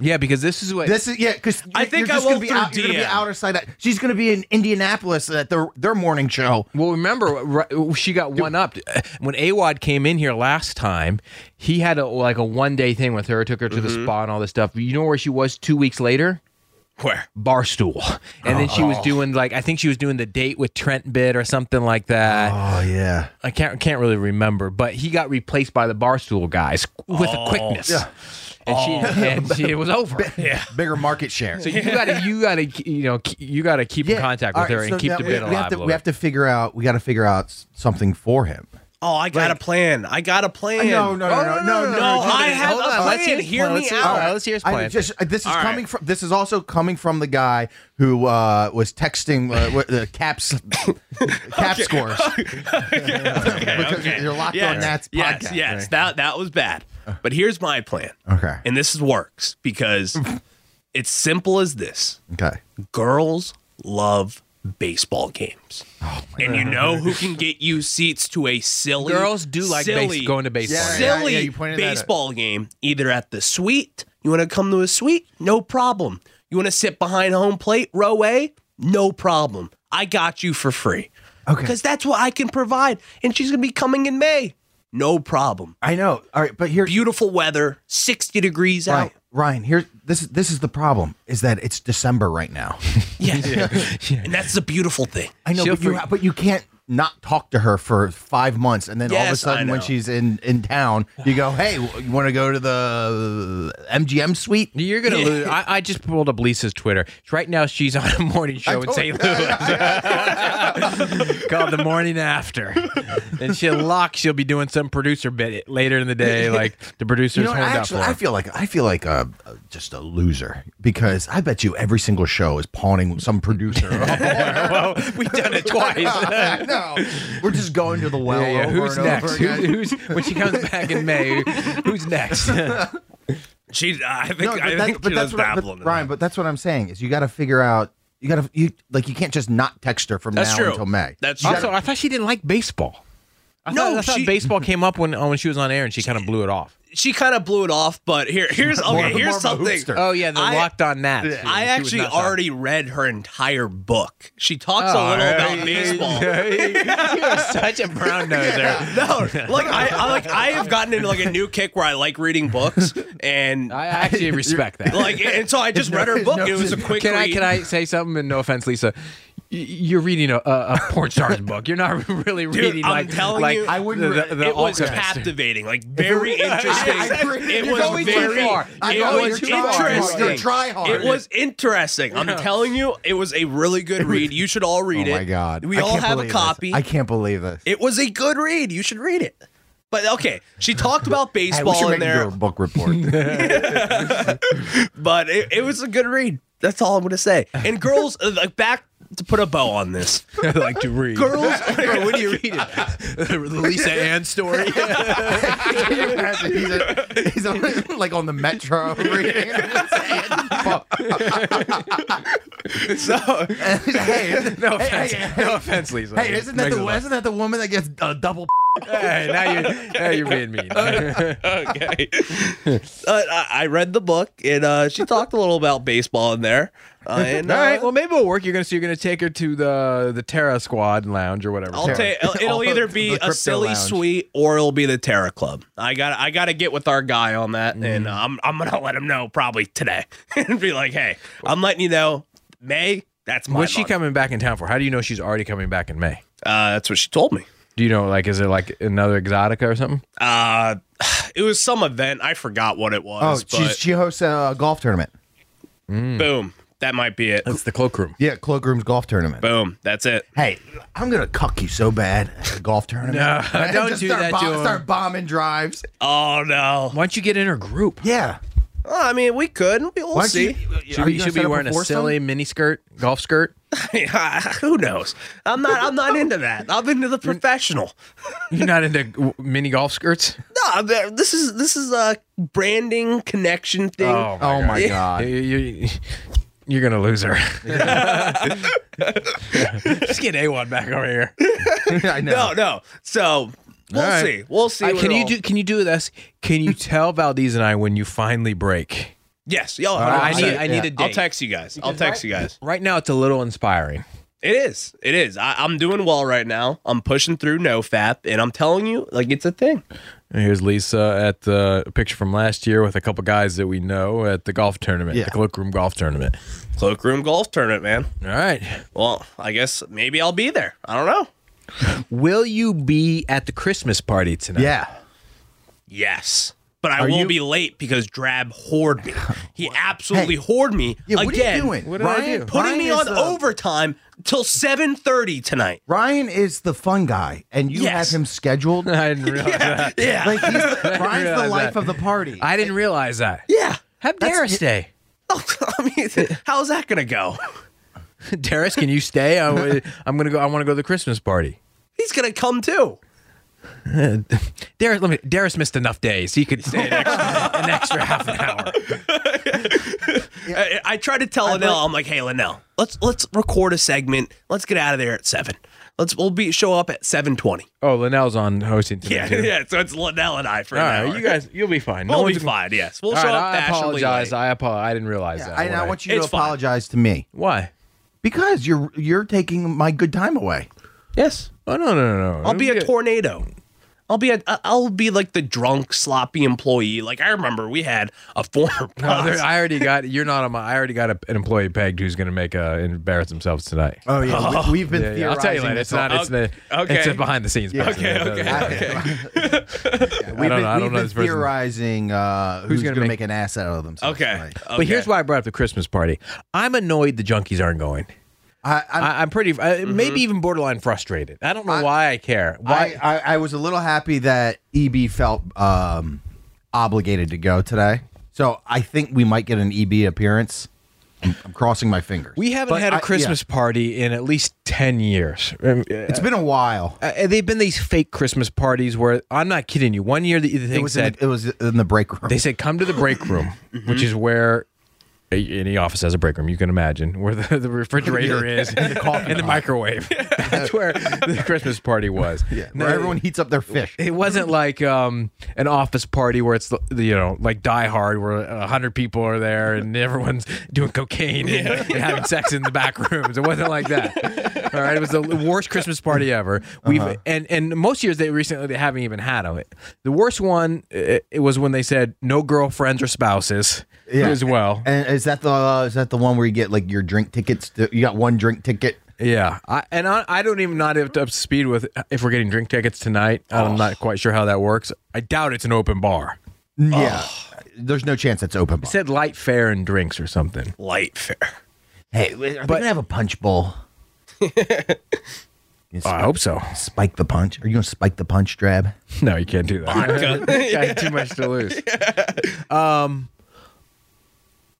Speaker 3: yeah because this is what
Speaker 4: This is yeah, because
Speaker 5: I think I will
Speaker 4: be
Speaker 5: through
Speaker 4: out, You're gonna be
Speaker 5: DM.
Speaker 4: out of sight. She's gonna be in Indianapolis at their their morning show.
Speaker 3: Well, remember, right, she got one up when Awad came in here last time. He had a, like a one day thing with her, took her to the spa and all this stuff. You know where she was two weeks later?
Speaker 5: where
Speaker 3: Barstool, and then she was doing like I think she was doing the date with Trent Bid or something like that.
Speaker 4: Oh yeah.
Speaker 3: I can't can't really remember, but he got replaced by the Barstool guys with a quickness. And she and she, it was over. Oh. Yeah.
Speaker 4: Bigger market share.
Speaker 3: So you gotta you gotta you know you gotta keep in contact with
Speaker 4: All right,
Speaker 3: her
Speaker 4: so
Speaker 3: and keep
Speaker 4: now
Speaker 3: the
Speaker 4: we-
Speaker 3: bid
Speaker 4: we
Speaker 3: alive.
Speaker 4: Have
Speaker 3: a
Speaker 4: to,
Speaker 3: little
Speaker 4: we have to figure out. We got to figure out s- something for him.
Speaker 5: Oh, I got a plan. I got a plan.
Speaker 3: Oh, no, no, no,
Speaker 5: no, I have
Speaker 3: hold
Speaker 5: a
Speaker 3: on, let's
Speaker 5: plan.
Speaker 3: hear his
Speaker 5: Hear
Speaker 3: plan.
Speaker 5: me
Speaker 3: Let's hear-
Speaker 5: out.
Speaker 3: all right, let's hear his
Speaker 4: I
Speaker 3: plan.
Speaker 4: just I- this is
Speaker 5: All right.
Speaker 4: coming from this is also coming from the guy who uh, was texting uh, what- the caps cap scores because
Speaker 5: Okay.
Speaker 4: you're locked
Speaker 5: Yes,
Speaker 4: on that's
Speaker 5: yes,
Speaker 4: podcast. Uh.
Speaker 5: yes. That that was bad. But here's my plan.
Speaker 4: Okay.
Speaker 5: And this works because it's simple as this.
Speaker 4: Okay.
Speaker 5: Girls love baseball games.
Speaker 4: Oh,
Speaker 5: and you know who can get you seats to a silly
Speaker 3: Girls do like base-
Speaker 5: silly,
Speaker 3: going to baseball
Speaker 4: Yeah,
Speaker 3: games.
Speaker 4: yeah,
Speaker 5: silly
Speaker 4: yeah, you pointed that out.
Speaker 5: baseball game either at the suite. You want to come to a suite? No problem. You want to sit behind home plate, row A? No problem. I got you for free.
Speaker 4: Okay.
Speaker 5: Because that's what I can provide. And she's going to be coming in May. No problem.
Speaker 4: I know. All right, but here
Speaker 5: Beautiful weather, 60 degrees
Speaker 4: Ryan,
Speaker 5: out.
Speaker 4: Ryan, here this is this is the problem is that it's December right now.
Speaker 5: Yes. And that's the beautiful thing.
Speaker 4: I know,
Speaker 3: She'll
Speaker 4: but you,
Speaker 3: forg-
Speaker 4: but you can't not talk to her for five months, and then all of a
Speaker 5: Yes, I
Speaker 4: sudden, when
Speaker 5: know.
Speaker 4: she's in in town, you go, "Hey, w- you want to go to the MGM suite?"
Speaker 3: You're gonna lose. I, I just pulled up Lisa's Twitter. Right now, she's on a morning show in St. Louis called "The Morning After," and she'll lock. She'll be doing some producer bit later in the day, like the producers
Speaker 4: You know,
Speaker 3: honed up
Speaker 4: actually,
Speaker 3: for.
Speaker 4: I
Speaker 3: her.
Speaker 4: feel like I feel like a, a- just a loser because I bet you every single show is pawning some producer.
Speaker 3: well, we've done it twice.
Speaker 4: no, we're just going to the well.
Speaker 3: Yeah, yeah.
Speaker 4: over
Speaker 3: Who's
Speaker 4: and over
Speaker 3: next? Who-
Speaker 4: again.
Speaker 3: who's when she comes back in May? Who's next?
Speaker 5: She, I think,
Speaker 4: No,
Speaker 5: I
Speaker 4: that-
Speaker 5: think she
Speaker 4: that's
Speaker 5: does
Speaker 4: what I-
Speaker 5: babble
Speaker 4: but,
Speaker 5: into
Speaker 4: Ryan,
Speaker 5: that.
Speaker 4: but that's what I'm saying is you got to figure out. You gotta you like you can't just not text her from
Speaker 5: That's
Speaker 4: now
Speaker 5: true.
Speaker 4: until May.
Speaker 5: That's true.
Speaker 3: also, I thought she didn't like baseball. I
Speaker 5: No,
Speaker 3: thought, I thought
Speaker 5: she-
Speaker 3: baseball came up when uh, when she was on air, and she kind of blew it off.
Speaker 5: she kind of blew it off, but here, here's, okay,
Speaker 4: More of a-
Speaker 5: here's
Speaker 4: more of a
Speaker 5: something.
Speaker 4: hoopster.
Speaker 3: Oh yeah, the
Speaker 5: I-
Speaker 3: locked on that.
Speaker 5: I actually already read her entire book. She talks
Speaker 3: Oh,
Speaker 5: a little about baseball.
Speaker 3: You're such a brown noser.
Speaker 5: No, like I, I like I have gotten into like a new kick where I like reading books and
Speaker 3: I actually respect that.
Speaker 5: like and so I just read her book and it was a quick
Speaker 3: can I
Speaker 5: read.
Speaker 3: can I say something? And no offense, Lisa, Y- you're reading a, a, a porn star's book. You're not really reading
Speaker 5: I'm
Speaker 3: like
Speaker 5: telling
Speaker 3: like
Speaker 5: you, I
Speaker 3: The,
Speaker 4: wouldn't re-
Speaker 3: the, the
Speaker 5: it was
Speaker 3: author.
Speaker 5: captivating, like very interesting.
Speaker 4: I agree.
Speaker 5: it
Speaker 4: You're
Speaker 5: was
Speaker 4: going too
Speaker 5: very,
Speaker 3: far.
Speaker 4: I'm
Speaker 5: it
Speaker 4: going
Speaker 5: was
Speaker 4: too far.
Speaker 5: interesting.
Speaker 4: You're try hard.
Speaker 5: It was interesting. I'm telling you, it was a really good read. You should all read
Speaker 4: oh
Speaker 5: it.
Speaker 4: my god,
Speaker 5: we
Speaker 4: I
Speaker 5: all
Speaker 4: can't
Speaker 5: have a
Speaker 4: believe this.
Speaker 5: copy.
Speaker 4: I can't believe this.
Speaker 5: It was a good read. You should read it. But okay, she talked about
Speaker 4: Hey, we
Speaker 5: baseball
Speaker 4: should
Speaker 5: in
Speaker 4: make him
Speaker 5: there,
Speaker 4: do a book report.
Speaker 5: but it, it was a good read. That's all I'm gonna say. And girls, uh, like back to put a bow on this.
Speaker 3: I like to read.
Speaker 5: Girls,
Speaker 3: Girl, when do you read it? the Lisa Ann story.
Speaker 4: Can you imagine? He's, a, he's on, like on the metro reading.
Speaker 5: so
Speaker 4: hey,
Speaker 3: no offense, no offense, Lisa.
Speaker 4: hey, isn't that
Speaker 3: Makes
Speaker 4: the
Speaker 3: it laugh.
Speaker 4: isn't that the woman that gets a double
Speaker 3: Hey, now you're now you're being mean.
Speaker 5: okay. uh, I- I read the book, and uh, she talked a little about baseball in there. Uh, and,
Speaker 3: All right.
Speaker 5: uh,
Speaker 3: Well, maybe it'll work. You're gonna so you're gonna take her to the the Terra Squad Lounge or whatever.
Speaker 5: I'll take. It'll
Speaker 4: All
Speaker 5: either
Speaker 4: the
Speaker 5: be
Speaker 4: crypto
Speaker 5: a silly
Speaker 4: lounge.
Speaker 5: suite or it'll be the Terra Club. I got. I got to get with our guy on that,
Speaker 4: Mm-hmm.
Speaker 5: and uh, I'm. I'm gonna let him know probably today, and be like, "Hey, I'm letting you know, May. That's my.
Speaker 3: What's she
Speaker 5: month."
Speaker 3: coming back in town for? How do you know she's already coming back in May?
Speaker 5: Uh, that's what she told me.
Speaker 3: Do you know like is it like another Exotica or something?
Speaker 5: Uh, it was some event. I forgot what it
Speaker 4: Oh, Hmm.
Speaker 5: was.
Speaker 4: she's, she hosts a golf tournament.
Speaker 5: but boom. That might be it.
Speaker 3: It's the cloakroom.
Speaker 4: Yeah, Cloakroom's golf tournament.
Speaker 5: Boom. That's it.
Speaker 4: hey, I'm gonna cuck you so bad at a golf tournament.
Speaker 3: No,
Speaker 4: And
Speaker 3: don't
Speaker 4: just
Speaker 3: do
Speaker 4: start
Speaker 3: that
Speaker 4: bom-
Speaker 3: to him.
Speaker 4: Start bombing drives.
Speaker 5: Oh no.
Speaker 3: Why don't you get in her group?
Speaker 4: Yeah.
Speaker 5: Well, I mean, we could. We'll
Speaker 4: Why don't
Speaker 5: see.
Speaker 4: you-
Speaker 3: She
Speaker 4: are
Speaker 3: should,
Speaker 4: you gonna set
Speaker 3: be
Speaker 4: up
Speaker 3: wearing a
Speaker 4: foursome?
Speaker 3: silly mini skirt, golf skirt.
Speaker 5: Who knows? I'm not. I'm not into that. I'm into the professional.
Speaker 3: You're not into w- mini golf skirts.
Speaker 5: No, I'm- this is this is a branding connection thing.
Speaker 4: Oh my
Speaker 5: Yeah.
Speaker 4: god.
Speaker 3: You, you, you're gonna lose her. Just get a one back over here.
Speaker 4: I know.
Speaker 5: No, no. So we'll
Speaker 3: All right.
Speaker 5: see. We'll see.
Speaker 3: Uh,
Speaker 5: what
Speaker 3: can
Speaker 5: it
Speaker 3: you
Speaker 5: all-
Speaker 3: do? Can you do this? Can you tell Valdez and I when you finally break?
Speaker 5: Yes. Y'all.
Speaker 3: I
Speaker 5: 100%.
Speaker 3: need. I need
Speaker 4: Yeah.
Speaker 3: a
Speaker 5: I'll
Speaker 3: date.
Speaker 5: text you guys. I'll text you guys.
Speaker 3: right now, it's a little inspiring.
Speaker 5: It is. It is. I, I'm doing well right now. I'm pushing through NoFap, and I'm telling you, like it's a thing.
Speaker 3: Here's Lisa at the picture from last year with a couple guys that we know at the golf tournament,
Speaker 4: Yeah.
Speaker 3: the cloakroom golf tournament.
Speaker 5: Cloakroom golf tournament, man.
Speaker 3: All right.
Speaker 5: Well, I guess maybe I'll be there. I don't know.
Speaker 3: Will you be at the Christmas party tonight?
Speaker 4: Yeah.
Speaker 5: Yes. But I
Speaker 4: Are
Speaker 5: will
Speaker 4: you-
Speaker 5: be late because Drab whored me. He absolutely whored me
Speaker 4: Yeah,
Speaker 5: again.
Speaker 4: what are you doing?
Speaker 3: What did I
Speaker 4: Ryan,
Speaker 3: do?
Speaker 5: Putting me
Speaker 4: Ryan
Speaker 5: on
Speaker 4: is uh, the-
Speaker 5: overtime till 7:30 tonight.
Speaker 4: Ryan is the fun guy, and you
Speaker 5: Yes.
Speaker 4: have him scheduled.
Speaker 3: I didn't realize that.
Speaker 5: Yeah.
Speaker 4: Like he's, Ryan's the
Speaker 3: realize
Speaker 4: life
Speaker 3: that.
Speaker 4: of the party.
Speaker 3: I didn't realize that.
Speaker 5: yeah.
Speaker 3: Have Darius stay.
Speaker 5: I mean, how's that going to go?
Speaker 3: Darius, can you stay? I, am gonna go. I want to go to the Christmas party.
Speaker 5: He's going to come too.
Speaker 3: Darius, let me. Darius missed enough days. He could stay an extra, an extra half an hour.
Speaker 5: I, I tried to tell Linnell, I'm like, "Hey Linnell, let's let's record a segment. Let's get out of there at 7. Let's we'll be show up at 7:20."
Speaker 3: Oh, Linnell's on hosting tonight.
Speaker 5: Yeah.
Speaker 3: too.
Speaker 5: Yeah, so it's Linnell and I for
Speaker 3: All
Speaker 5: an
Speaker 3: right,
Speaker 5: hour.
Speaker 3: you guys, you'll be fine.
Speaker 5: we'll be
Speaker 3: one's-
Speaker 5: fine. Yes. We'll
Speaker 3: All
Speaker 5: show
Speaker 3: right,
Speaker 5: up
Speaker 3: I
Speaker 5: fashionably
Speaker 3: apologize.
Speaker 5: late.
Speaker 3: I apologize. I didn't realize that.
Speaker 4: and
Speaker 3: when
Speaker 4: I want you to
Speaker 5: It's fine.
Speaker 4: apologize to me
Speaker 3: Why?
Speaker 4: because you're you're taking my good time away.
Speaker 5: Yes.
Speaker 3: Oh no no no no!
Speaker 5: I'll be a
Speaker 3: tornado.
Speaker 5: tornado. I'll be a. I'll be like the drunk, sloppy employee. Like I remember, we had a former boss.
Speaker 3: I already got. You're not on my. I already got a, an employee pegged who's going to make uh, embarrass themselves tonight.
Speaker 4: Oh yeah, we, have been.
Speaker 3: Yeah, yeah, I'll tell you later. It's not. It's the.
Speaker 5: Okay.
Speaker 3: It's a behind the scenes. person.
Speaker 5: Okay,
Speaker 3: It doesn't-
Speaker 5: okay.
Speaker 4: We've
Speaker 3: I don't
Speaker 4: been,
Speaker 3: know. I
Speaker 4: we've
Speaker 3: don't know
Speaker 4: been
Speaker 3: this person.
Speaker 4: theorizing uh, who's,
Speaker 3: gonna
Speaker 4: going to
Speaker 3: make-
Speaker 4: make, an ass out of themselves.
Speaker 5: okay.
Speaker 4: tonight.
Speaker 3: But here's why I brought up the Christmas party. I'm annoyed the junkies aren't going.
Speaker 4: I, I'm
Speaker 3: I, I'm pretty, I, maybe even borderline frustrated. I don't know why I care. Why?
Speaker 4: I, I, I was a little happy that EB felt um, obligated to go today. So I think we might get an EB appearance. I'm, I'm crossing my fingers.
Speaker 3: we haven't
Speaker 4: But
Speaker 3: had a
Speaker 4: I- yeah.
Speaker 3: Christmas party in at least ten years. Um,
Speaker 4: it's been a while.
Speaker 3: uh, they've been these fake Christmas parties where I'm not kidding you. One year the, the
Speaker 4: It
Speaker 3: thing
Speaker 4: was,
Speaker 3: said
Speaker 4: in the, Mm-hmm. it was in the break room.
Speaker 3: they said come to the break room, which is where any office has a break room. You can imagine where the, the refrigerator is and the, microwave. That's where the Christmas party was.
Speaker 4: yeah,
Speaker 3: No,
Speaker 4: where everyone heats up their fish.
Speaker 3: It wasn't like um, an office party where it's the, the, you know like Die Hard where a hundred people are there and everyone's doing cocaine and, and having sex in the back rooms. It wasn't like that. All right, it was the worst Christmas party ever. We've
Speaker 4: Uh-huh.
Speaker 3: and and most years they recently they haven't even had them. The worst one uh, it was when they said no girlfriends or spouses
Speaker 4: Yeah.
Speaker 3: as well.
Speaker 4: And is that the is that the one where you get like your drink tickets? To, you got one drink ticket.
Speaker 3: Yeah, I, and I, I don't even not up to up to speed with if we're getting drink tickets tonight.
Speaker 4: Oh.
Speaker 3: I'm not quite sure how that works. I doubt it's an open bar.
Speaker 4: Yeah, there's no chance that's open. Bar.
Speaker 3: It said light fare and drinks or something.
Speaker 5: Light fair.
Speaker 4: Hey, are they gonna have a punch bowl? You
Speaker 3: I hope so.
Speaker 4: Spike the punch. Are you gonna spike the punch, Drab?
Speaker 3: No, you can't do that. I had too much to lose. Um,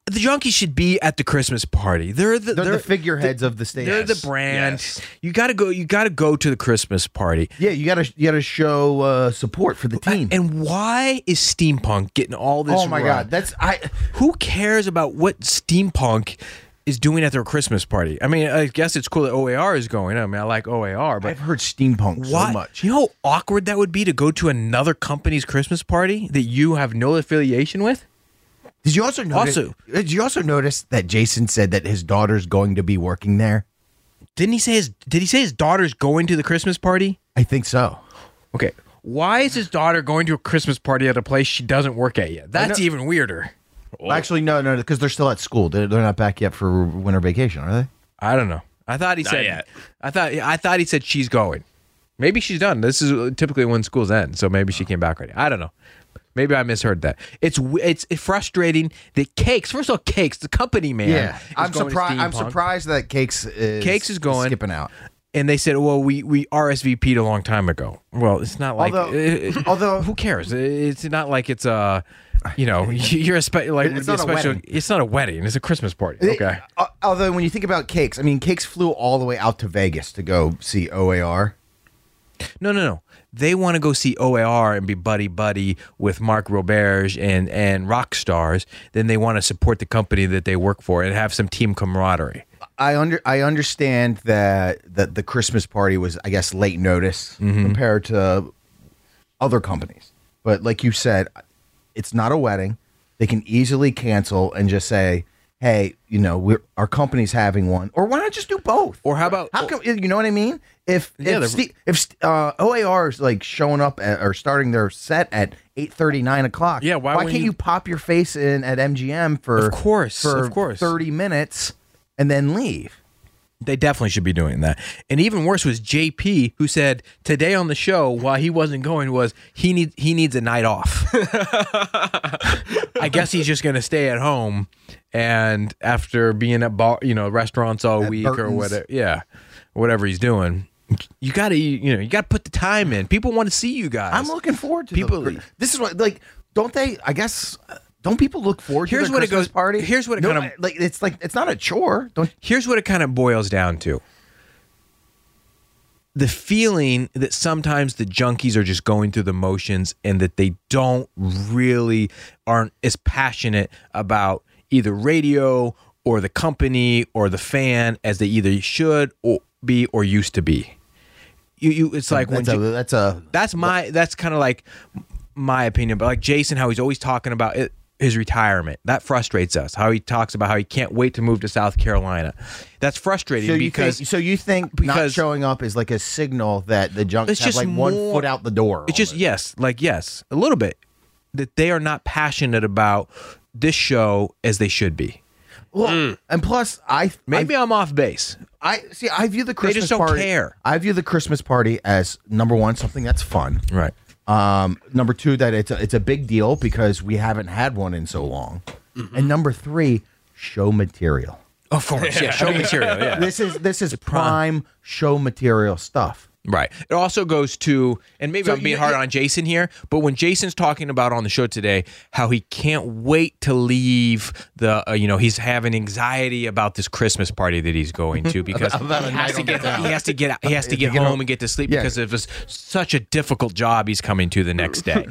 Speaker 3: the junkies should be at the Christmas party. They're the
Speaker 4: They're, the figureheads of the stage.
Speaker 3: they're the brand.
Speaker 5: yes.
Speaker 3: You gotta go. You gotta go to the Christmas party.
Speaker 4: Yeah, you gotta you gotta show uh, support for the team.
Speaker 3: And why is steampunk getting all this?
Speaker 4: oh my
Speaker 3: run?
Speaker 4: god, that's I.
Speaker 3: Who cares about what steampunk is doing at their Christmas party. I mean, I guess it's cool that OAR is going. I mean, I like OAR, but
Speaker 4: I've heard steampunk
Speaker 3: Why-
Speaker 4: so much.
Speaker 3: You know how awkward that would be to go to another company's Christmas party that you have no affiliation with?
Speaker 4: Did you also notice?
Speaker 3: Also-
Speaker 4: did you also notice that Jason said that his daughter's going to be working there?
Speaker 3: Didn't he say his did he say his daughter's going to the Christmas party?
Speaker 4: I think so.
Speaker 3: Okay. Why is his daughter going to a Christmas party at a place she doesn't work at yet? That's even weirder.
Speaker 4: Actually, no, no, because they're still at school. They're, they're not back yet for winter vacation, are they?
Speaker 3: I don't know. I thought he
Speaker 5: Not
Speaker 3: said
Speaker 5: yet.
Speaker 3: I thought I thought he said she's going. Maybe she's done. This is typically when schools end, so maybe
Speaker 4: Oh.
Speaker 3: she came back already. I don't know. Maybe I misheard that. It's w- it's frustrating that cakes. First of all, cakes. The company man. is
Speaker 4: I'm
Speaker 3: going to
Speaker 4: surprised. I'm
Speaker 3: steampunk.
Speaker 4: surprised that cakes is,
Speaker 3: Cakes is going.
Speaker 4: skipping out.
Speaker 3: and they said, "Well, we we RSVP'd a long time ago." Well, it's not like
Speaker 4: Although-
Speaker 3: eh, eh,
Speaker 4: although-
Speaker 3: who cares? It's not like it's a you know you're a spe- like would be
Speaker 4: It's not a
Speaker 3: special.
Speaker 4: wedding.
Speaker 3: It's not a wedding. It's a Christmas party. Okay,
Speaker 4: Uh, although when you think about cakes, I mean, cakes flew all the way out to Vegas to go see OAR.
Speaker 3: no, no, no. They want to go see OAR and be buddy buddy with Mark Roberge and and rock stars. Then they want to support the company that they work for and have some team camaraderie.
Speaker 4: I under I understand that that the Christmas party was, I guess, late notice
Speaker 3: Mm-hmm.
Speaker 4: compared to other companies. But like you said, it's not a wedding. They can easily cancel and just say, "Hey, you know, we're our company's having one." Or why not just do both?
Speaker 3: Or how about
Speaker 4: How come you know what I mean? If
Speaker 3: Yeah,
Speaker 4: if,
Speaker 3: the-
Speaker 4: Ste if Ste- uh, OAR is like showing up at, or starting their set at eight thirty nine o'clock,
Speaker 3: Yeah, why wouldn't
Speaker 4: can't you,
Speaker 3: you-
Speaker 4: pop your face in at MGM for
Speaker 3: Of course,
Speaker 4: for
Speaker 3: of course.
Speaker 4: thirty minutes and then leave?
Speaker 3: They definitely should be doing that. And even worse was JP, who said today on the show while he wasn't going was he need he needs a night off. I guess he's just gonna stay at home, and after being at bar, you know, restaurants all
Speaker 4: At
Speaker 3: week or
Speaker 4: Burton's.
Speaker 3: whatever, yeah, whatever he's doing. You gotta, you know, you gotta put the time in. People want to see you guys.
Speaker 4: I'm looking forward to
Speaker 3: People-
Speaker 4: The, this is what like don't they? I guess uh, don't people look forward
Speaker 3: Here's
Speaker 4: to
Speaker 3: what
Speaker 4: their
Speaker 3: it
Speaker 4: Christmas
Speaker 3: goes-
Speaker 4: party?
Speaker 3: here's what it
Speaker 4: No,
Speaker 3: kinda-
Speaker 4: I- like. It's like it's not a chore. Don't
Speaker 3: here's what it kind of boils down to the feeling that sometimes the junkies are just going through the motions and that they don't really aren't as passionate about either radio or the company or the fan as they either should or be or used to be you, you it's like when
Speaker 4: that's a
Speaker 3: you-
Speaker 4: that's a
Speaker 3: that's my that's kind of like my opinion but like jason how he's always talking about it, his retirement that frustrates us how he talks about how he can't wait to move to south carolina that's frustrating
Speaker 4: so you
Speaker 3: because
Speaker 4: think, so you think not
Speaker 3: because-
Speaker 4: showing up is like a signal that the junk
Speaker 3: It's
Speaker 4: have
Speaker 3: just
Speaker 4: like one
Speaker 3: more-
Speaker 4: foot out the door?
Speaker 3: it's just
Speaker 4: almost.
Speaker 3: yes like yes a little bit that they are not passionate about this show as they should be
Speaker 4: Well, and plus I maybe
Speaker 3: Mm. maybe i'm off base
Speaker 4: I, see I view the
Speaker 3: just
Speaker 4: Christmas
Speaker 3: don't
Speaker 4: party.
Speaker 3: care.
Speaker 4: I view the Christmas party as number one something that's fun.
Speaker 3: right
Speaker 4: Um, number two that it's a, it's a big deal because we haven't had one in so long, and number three show material.
Speaker 3: of course yeah show material yeah
Speaker 4: This is this is prime show material stuff.
Speaker 3: Right. It also goes to, and maybe
Speaker 4: So
Speaker 3: I'm being
Speaker 4: you-
Speaker 3: hard
Speaker 4: you-
Speaker 3: on Jason here, but when Jason's talking about on the show today how he can't wait to leave the, uh, you know, he's having anxiety about this Christmas party that he's going to because he has to get, he has to get, out- he has to get home and get to sleep
Speaker 4: Yeah.
Speaker 3: because of his, such a difficult job he's coming to the next day.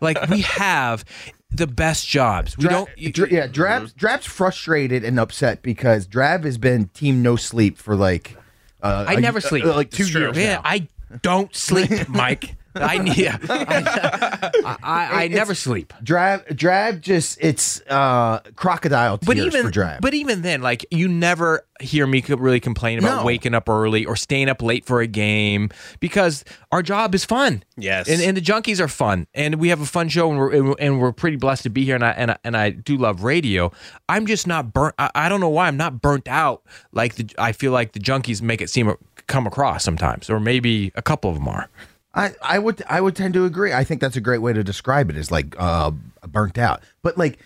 Speaker 3: like we have the best jobs. We
Speaker 4: Dra-
Speaker 3: don't. you- Mm-hmm.
Speaker 4: Dra- yeah, Drab's Drab's frustrated and upset because Drab has been team no sleep for like uh,
Speaker 3: I
Speaker 4: a-
Speaker 3: never
Speaker 4: uh,
Speaker 3: sleep.
Speaker 4: like two years.
Speaker 3: Yeah,
Speaker 4: now.
Speaker 3: I don't sleep, Mike. I need. I, I, I never sleep.
Speaker 4: Drab Drab just it's uh, crocodile tears
Speaker 3: But even
Speaker 4: for Drab.
Speaker 3: but even then, like you never hear me co- really complain about
Speaker 4: No.
Speaker 3: waking up early or staying up late for a game because our job is fun.
Speaker 5: Yes.
Speaker 3: and, and the junkies are fun, and we have a fun show, and we're and we're- and we're pretty blessed to be here. And I and I, and I do love radio. I'm just not burnt. I, I don't know why I'm not burnt out. Like the, I feel like the junkies make it seem come across sometimes, or maybe a couple of them are.
Speaker 4: I, I would I would tend to agree. I think that's a great way to describe it. Is like uh, burnt out. But like,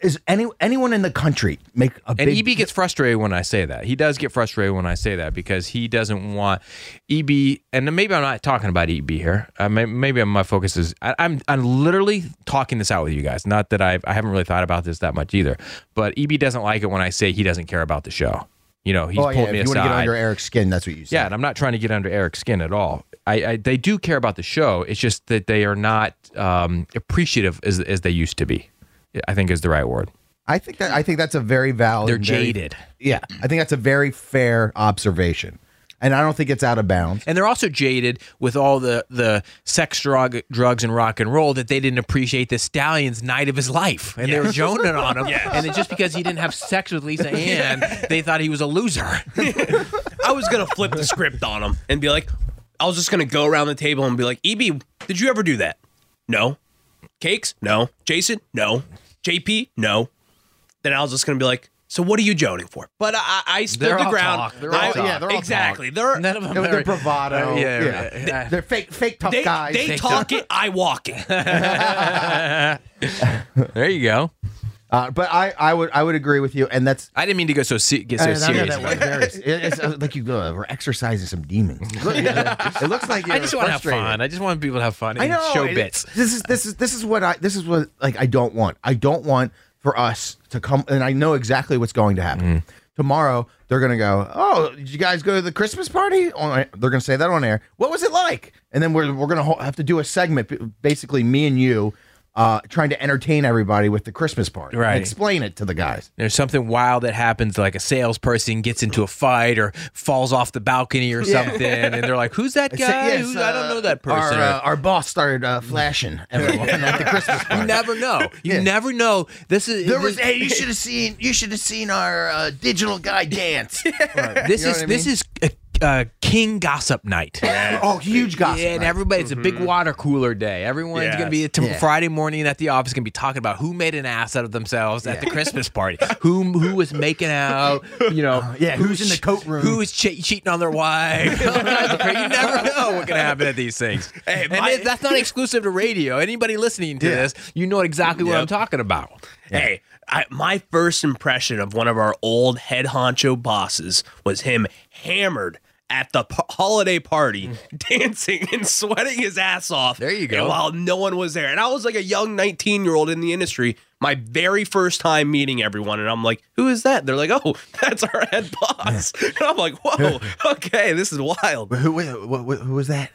Speaker 4: is any anyone in the country make a
Speaker 3: And
Speaker 4: big?
Speaker 3: EB gets frustrated when I say that. He does get frustrated when I say that because he doesn't want EB. And then maybe I'm not talking about EB here. I may, maybe my focus is I, I'm I'm literally talking this out with you guys. Not that I've I haven't really thought about this that much either. But EB doesn't like it when I say he doesn't care about the show. You know, he's
Speaker 4: oh, yeah,
Speaker 3: pulled
Speaker 4: if
Speaker 3: me
Speaker 4: you
Speaker 3: aside.
Speaker 4: want to get under Eric's skin, that's what you
Speaker 3: Yeah,
Speaker 4: said.
Speaker 3: and I'm not trying to get under Eric's skin at all. I, I they do care about the show. It's just that they are not um, appreciative as as they used to be. I think is the right word.
Speaker 4: I think that I think that's a very valid.
Speaker 3: They're
Speaker 4: and very-
Speaker 3: jaded.
Speaker 4: yeah, I think that's a very fair observation, and I don't think it's out of bounds.
Speaker 3: and they're also jaded with all the the sex drug drugs and rock and roll that they didn't appreciate the stallion's night of his life and they were joning on him and it's just because he didn't have sex with lisa ann they thought he was a loser
Speaker 5: I was gonna flip the script on him and be like, I was just gonna go around the table and be like, EB, did you ever do that? No. Cakes? No. Jason? No. JP? No. Then I was just gonna be like, so what are you joning for? But I, I, I stood
Speaker 3: They're
Speaker 5: the
Speaker 3: all
Speaker 5: ground.
Speaker 3: talk. They're
Speaker 4: all
Speaker 5: I-
Speaker 4: talk. Yeah, they're all
Speaker 5: exactly. They're
Speaker 3: none of them
Speaker 4: They're,
Speaker 3: are-
Speaker 4: bravado.
Speaker 3: Uh, yeah,
Speaker 4: yeah.
Speaker 3: yeah.
Speaker 4: They- They're fake, fake tough
Speaker 5: they,
Speaker 4: guys.
Speaker 5: they talk it, I walk it.
Speaker 3: there you go
Speaker 4: Uh, but I, I would, I would agree with you, and that's
Speaker 3: i didn't mean to go so se- get so
Speaker 4: and I know
Speaker 3: serious
Speaker 4: that
Speaker 3: about
Speaker 4: was
Speaker 3: it.
Speaker 4: very- it's, uh, like you go, we're exercising some demons. it looks like you're
Speaker 3: i just want to have
Speaker 4: frustrated.
Speaker 3: fun i just want people to have fun and
Speaker 4: I know
Speaker 3: show
Speaker 4: it-
Speaker 3: bits
Speaker 4: This is this is this is what I this is what like I don't want. I don't want for us to come and I know exactly what's going to
Speaker 3: Mm.
Speaker 4: happen. Tomorrow they're gonna go. Oh, did you guys go to the Christmas party? On air." they're gonna say that on air. What was it like? And then we're we're gonna ho- have to do a segment, b- basically me and you, uh, trying to entertain everybody with the Christmas party. and
Speaker 3: Right.
Speaker 4: explain it to the guys.
Speaker 3: there's something wild that happens, like a salesperson gets into a fight or falls off the balcony or something, and they're like, "Who's that
Speaker 4: Say,
Speaker 3: guy?
Speaker 4: "Yes,
Speaker 3: Who- I don't
Speaker 4: uh,
Speaker 3: know that person."
Speaker 4: Our,
Speaker 3: or-
Speaker 4: uh, our boss started uh, flashing everyone at the Christmas party.
Speaker 3: You never know. You never know. This is
Speaker 4: There was
Speaker 3: this,
Speaker 4: hey, you should have seen you should have seen our uh, digital guy dance.
Speaker 3: this
Speaker 4: you know
Speaker 3: is
Speaker 4: what I
Speaker 3: this
Speaker 4: mean?
Speaker 3: is a, a king gossip night. Yeah,
Speaker 4: oh, huge gossip. Mm-hmm.
Speaker 3: and everybody, it's a big water cooler day. Everyone's gonna be t-
Speaker 4: Yeah.
Speaker 3: Friday morning at the office, gonna be talking about who made an ass out of themselves at the Christmas party, who who was making out, you know,
Speaker 4: yeah, who's in the coat room?
Speaker 3: who was che- cheating on their wife. All kinds of cra- you never know what can happen at these things. and
Speaker 5: my-
Speaker 3: it- that's not exclusive to radio. Anybody listening to this, you know exactly what I'm talking about.
Speaker 5: Hey, I, my first impression of one of our old head honcho bosses was him hammered at the p- holiday party, dancing and sweating his ass off.
Speaker 3: There you
Speaker 5: and
Speaker 3: go.
Speaker 5: While no one was there. And I was like a young 19 year old in the industry, my very first time meeting everyone. And I'm like, who is that? They're like, oh, that's our head boss. And I'm like, whoa, okay, this is wild.
Speaker 4: who, who, who, who was that?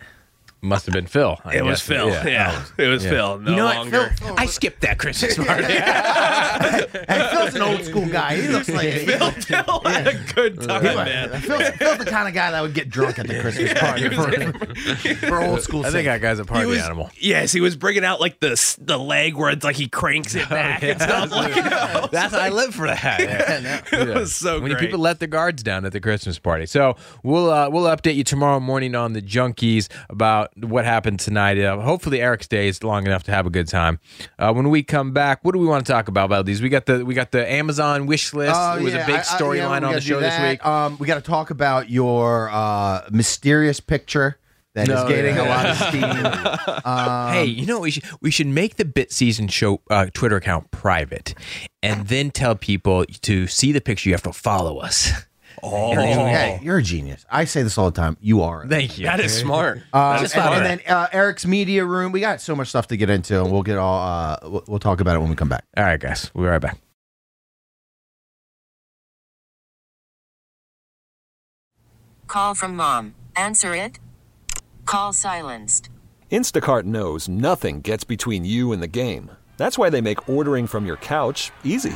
Speaker 3: Must have been Phil. I
Speaker 5: It was
Speaker 3: guess.
Speaker 5: Phil. Yeah. It was Phil. No
Speaker 3: you know
Speaker 5: longer.
Speaker 3: what, Phil? I skipped that Christmas party.
Speaker 4: Hey, Phil's an old school guy. He looks like
Speaker 5: Phil, Phil had a good time, man.
Speaker 4: uh, Phil's, Phil's the kind of guy that would get drunk at the Christmas party for, for old school.
Speaker 3: I think
Speaker 4: sake.
Speaker 3: that guy's a party
Speaker 5: He was-
Speaker 3: animal.
Speaker 5: Yes, he was bringing out like the s- the leg where it's like he cranks it back and stuff. Like, I was
Speaker 3: That's I live for that.
Speaker 5: like, it was so
Speaker 3: When
Speaker 5: great.
Speaker 3: people let the guards down at the Christmas party, so we'll uh, we'll update you tomorrow morning on the junkies about what happened tonight. Uh, hopefully, Eric stays long enough to have a good time. Uh, when we come back, what do we want to talk about? About these, we got the we got the Amazon wish list.
Speaker 4: Oh,
Speaker 3: it was
Speaker 4: yeah,
Speaker 3: a big
Speaker 4: I- I- yeah, we
Speaker 3: storyline on
Speaker 4: gotta
Speaker 3: the
Speaker 4: do
Speaker 3: show this
Speaker 4: that.
Speaker 3: week.
Speaker 4: Um, we got to talk about your uh, mysterious picture that is
Speaker 3: No,
Speaker 4: getting
Speaker 3: yeah.
Speaker 4: a lot of steam. Uh,
Speaker 3: hey, you know what we should we should make the Bit Season Show uh, Twitter account private, and then tell people to see the picture. You have to follow us. Oh,
Speaker 4: Hey, you're a genius. I say this all the time. You are.
Speaker 3: thank you.
Speaker 5: that is smart.
Speaker 4: Uh,
Speaker 5: that
Speaker 4: and,
Speaker 5: is smart.
Speaker 4: and then uh, Eric's media room. We got so much stuff to get into, and we'll get all. Uh, we'll, we'll talk about it when we come back.
Speaker 3: All right, guys, we'll be right back.
Speaker 6: Call from mom. Answer it. Call silenced.
Speaker 7: Instacart knows nothing gets between you and the game. That's why they make ordering from your couch easy.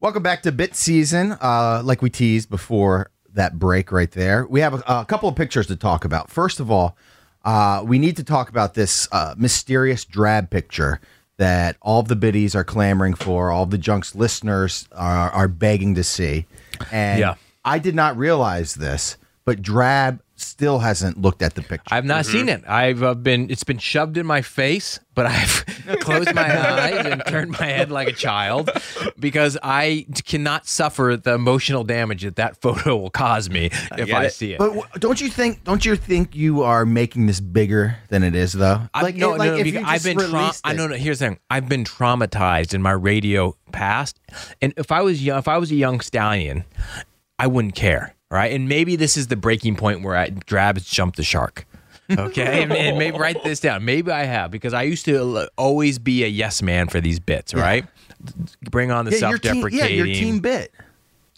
Speaker 4: Welcome back to Bit Season. Uh, like we teased before that break right there, we have a, a couple of pictures to talk about. First of all, uh, we need to talk about this uh, mysterious drab picture that all of the biddies are clamoring for, all of the Junk's listeners are, are begging to see. And
Speaker 3: Yeah.
Speaker 4: I did not realize this, but drab still hasn't looked at the picture.
Speaker 3: I've not seen
Speaker 5: Mm-hmm.
Speaker 3: it. I've uh, been it's been shoved in my face, but I've closed my eyes and turned my head like a child because I cannot suffer the emotional damage that that photo will cause me if
Speaker 5: get
Speaker 3: I
Speaker 5: it.
Speaker 3: see it.
Speaker 4: But w- don't you think? Don't you think you are making this bigger than it is, though?
Speaker 3: I, like, no,
Speaker 4: it-
Speaker 3: no, no,
Speaker 4: if
Speaker 3: because
Speaker 4: you
Speaker 3: I've
Speaker 4: just
Speaker 3: been. Tra-
Speaker 4: released
Speaker 3: I
Speaker 4: it-
Speaker 3: know. No, here's the thing. I've been traumatized in my radio past, and if I was young, if I was a young stallion, I wouldn't care, right? And maybe this is the breaking point where I drabs jumped the shark. Okay, and, and maybe write this down. Maybe I have because I used to l- always be a yes man for these bits. Right, bring on the
Speaker 4: Yeah, your team, yeah,
Speaker 3: self-deprecating.
Speaker 4: your team bit.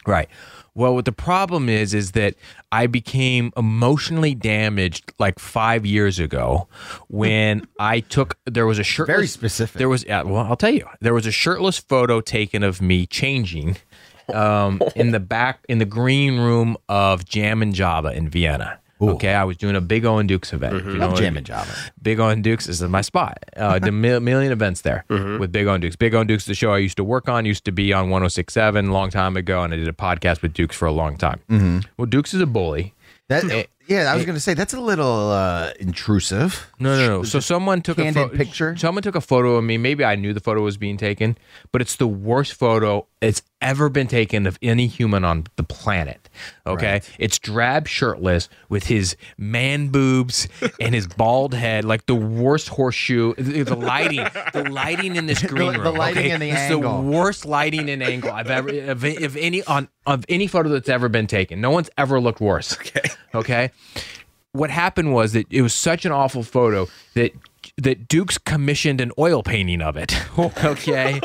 Speaker 3: Right. Well, what the problem is is that I became emotionally damaged like five years ago when I took there was a shirtless
Speaker 4: Very specific.
Speaker 3: There was yeah, well, I'll tell you there was a shirtless photo taken of me changing um, in the back in the green room of Jam and Java in Vienna. Okay, I was doing a big O and Dukes event. if you know what-
Speaker 4: Mm-hmm. Jam and Java.
Speaker 3: Big on Dukes is my spot. Uh, the mil- million events there
Speaker 4: Mm-hmm.
Speaker 3: with Big on Dukes. Big on Dukes, the show I used to work on, used to be on 1067 a long time ago, and I did a podcast with Dukes for a long time.
Speaker 4: Mm-hmm.
Speaker 3: Well, Dukes is a bully.
Speaker 4: That, yeah, I was gonna say that's a little uh, intrusive.
Speaker 3: No, no, no. So someone took a
Speaker 4: candid
Speaker 3: photo.
Speaker 4: picture?
Speaker 3: Someone took a photo of me. Maybe I knew the photo was being taken, but it's the worst photo it's ever been taken of any human on the planet. Okay, it's drab, shirtless, with his man boobs and his bald head, like the worst horseshoe. The the lighting, the lighting in this green
Speaker 4: the
Speaker 3: room,
Speaker 4: lighting
Speaker 3: okay?
Speaker 4: and the
Speaker 3: It's
Speaker 4: angle.
Speaker 3: worst lighting and angle I've ever of, of any on of any photo that's ever been taken. No one's ever looked worse. Okay. Okay. What happened was that it was such an awful photo that that Dukes commissioned an oil painting of it. Okay.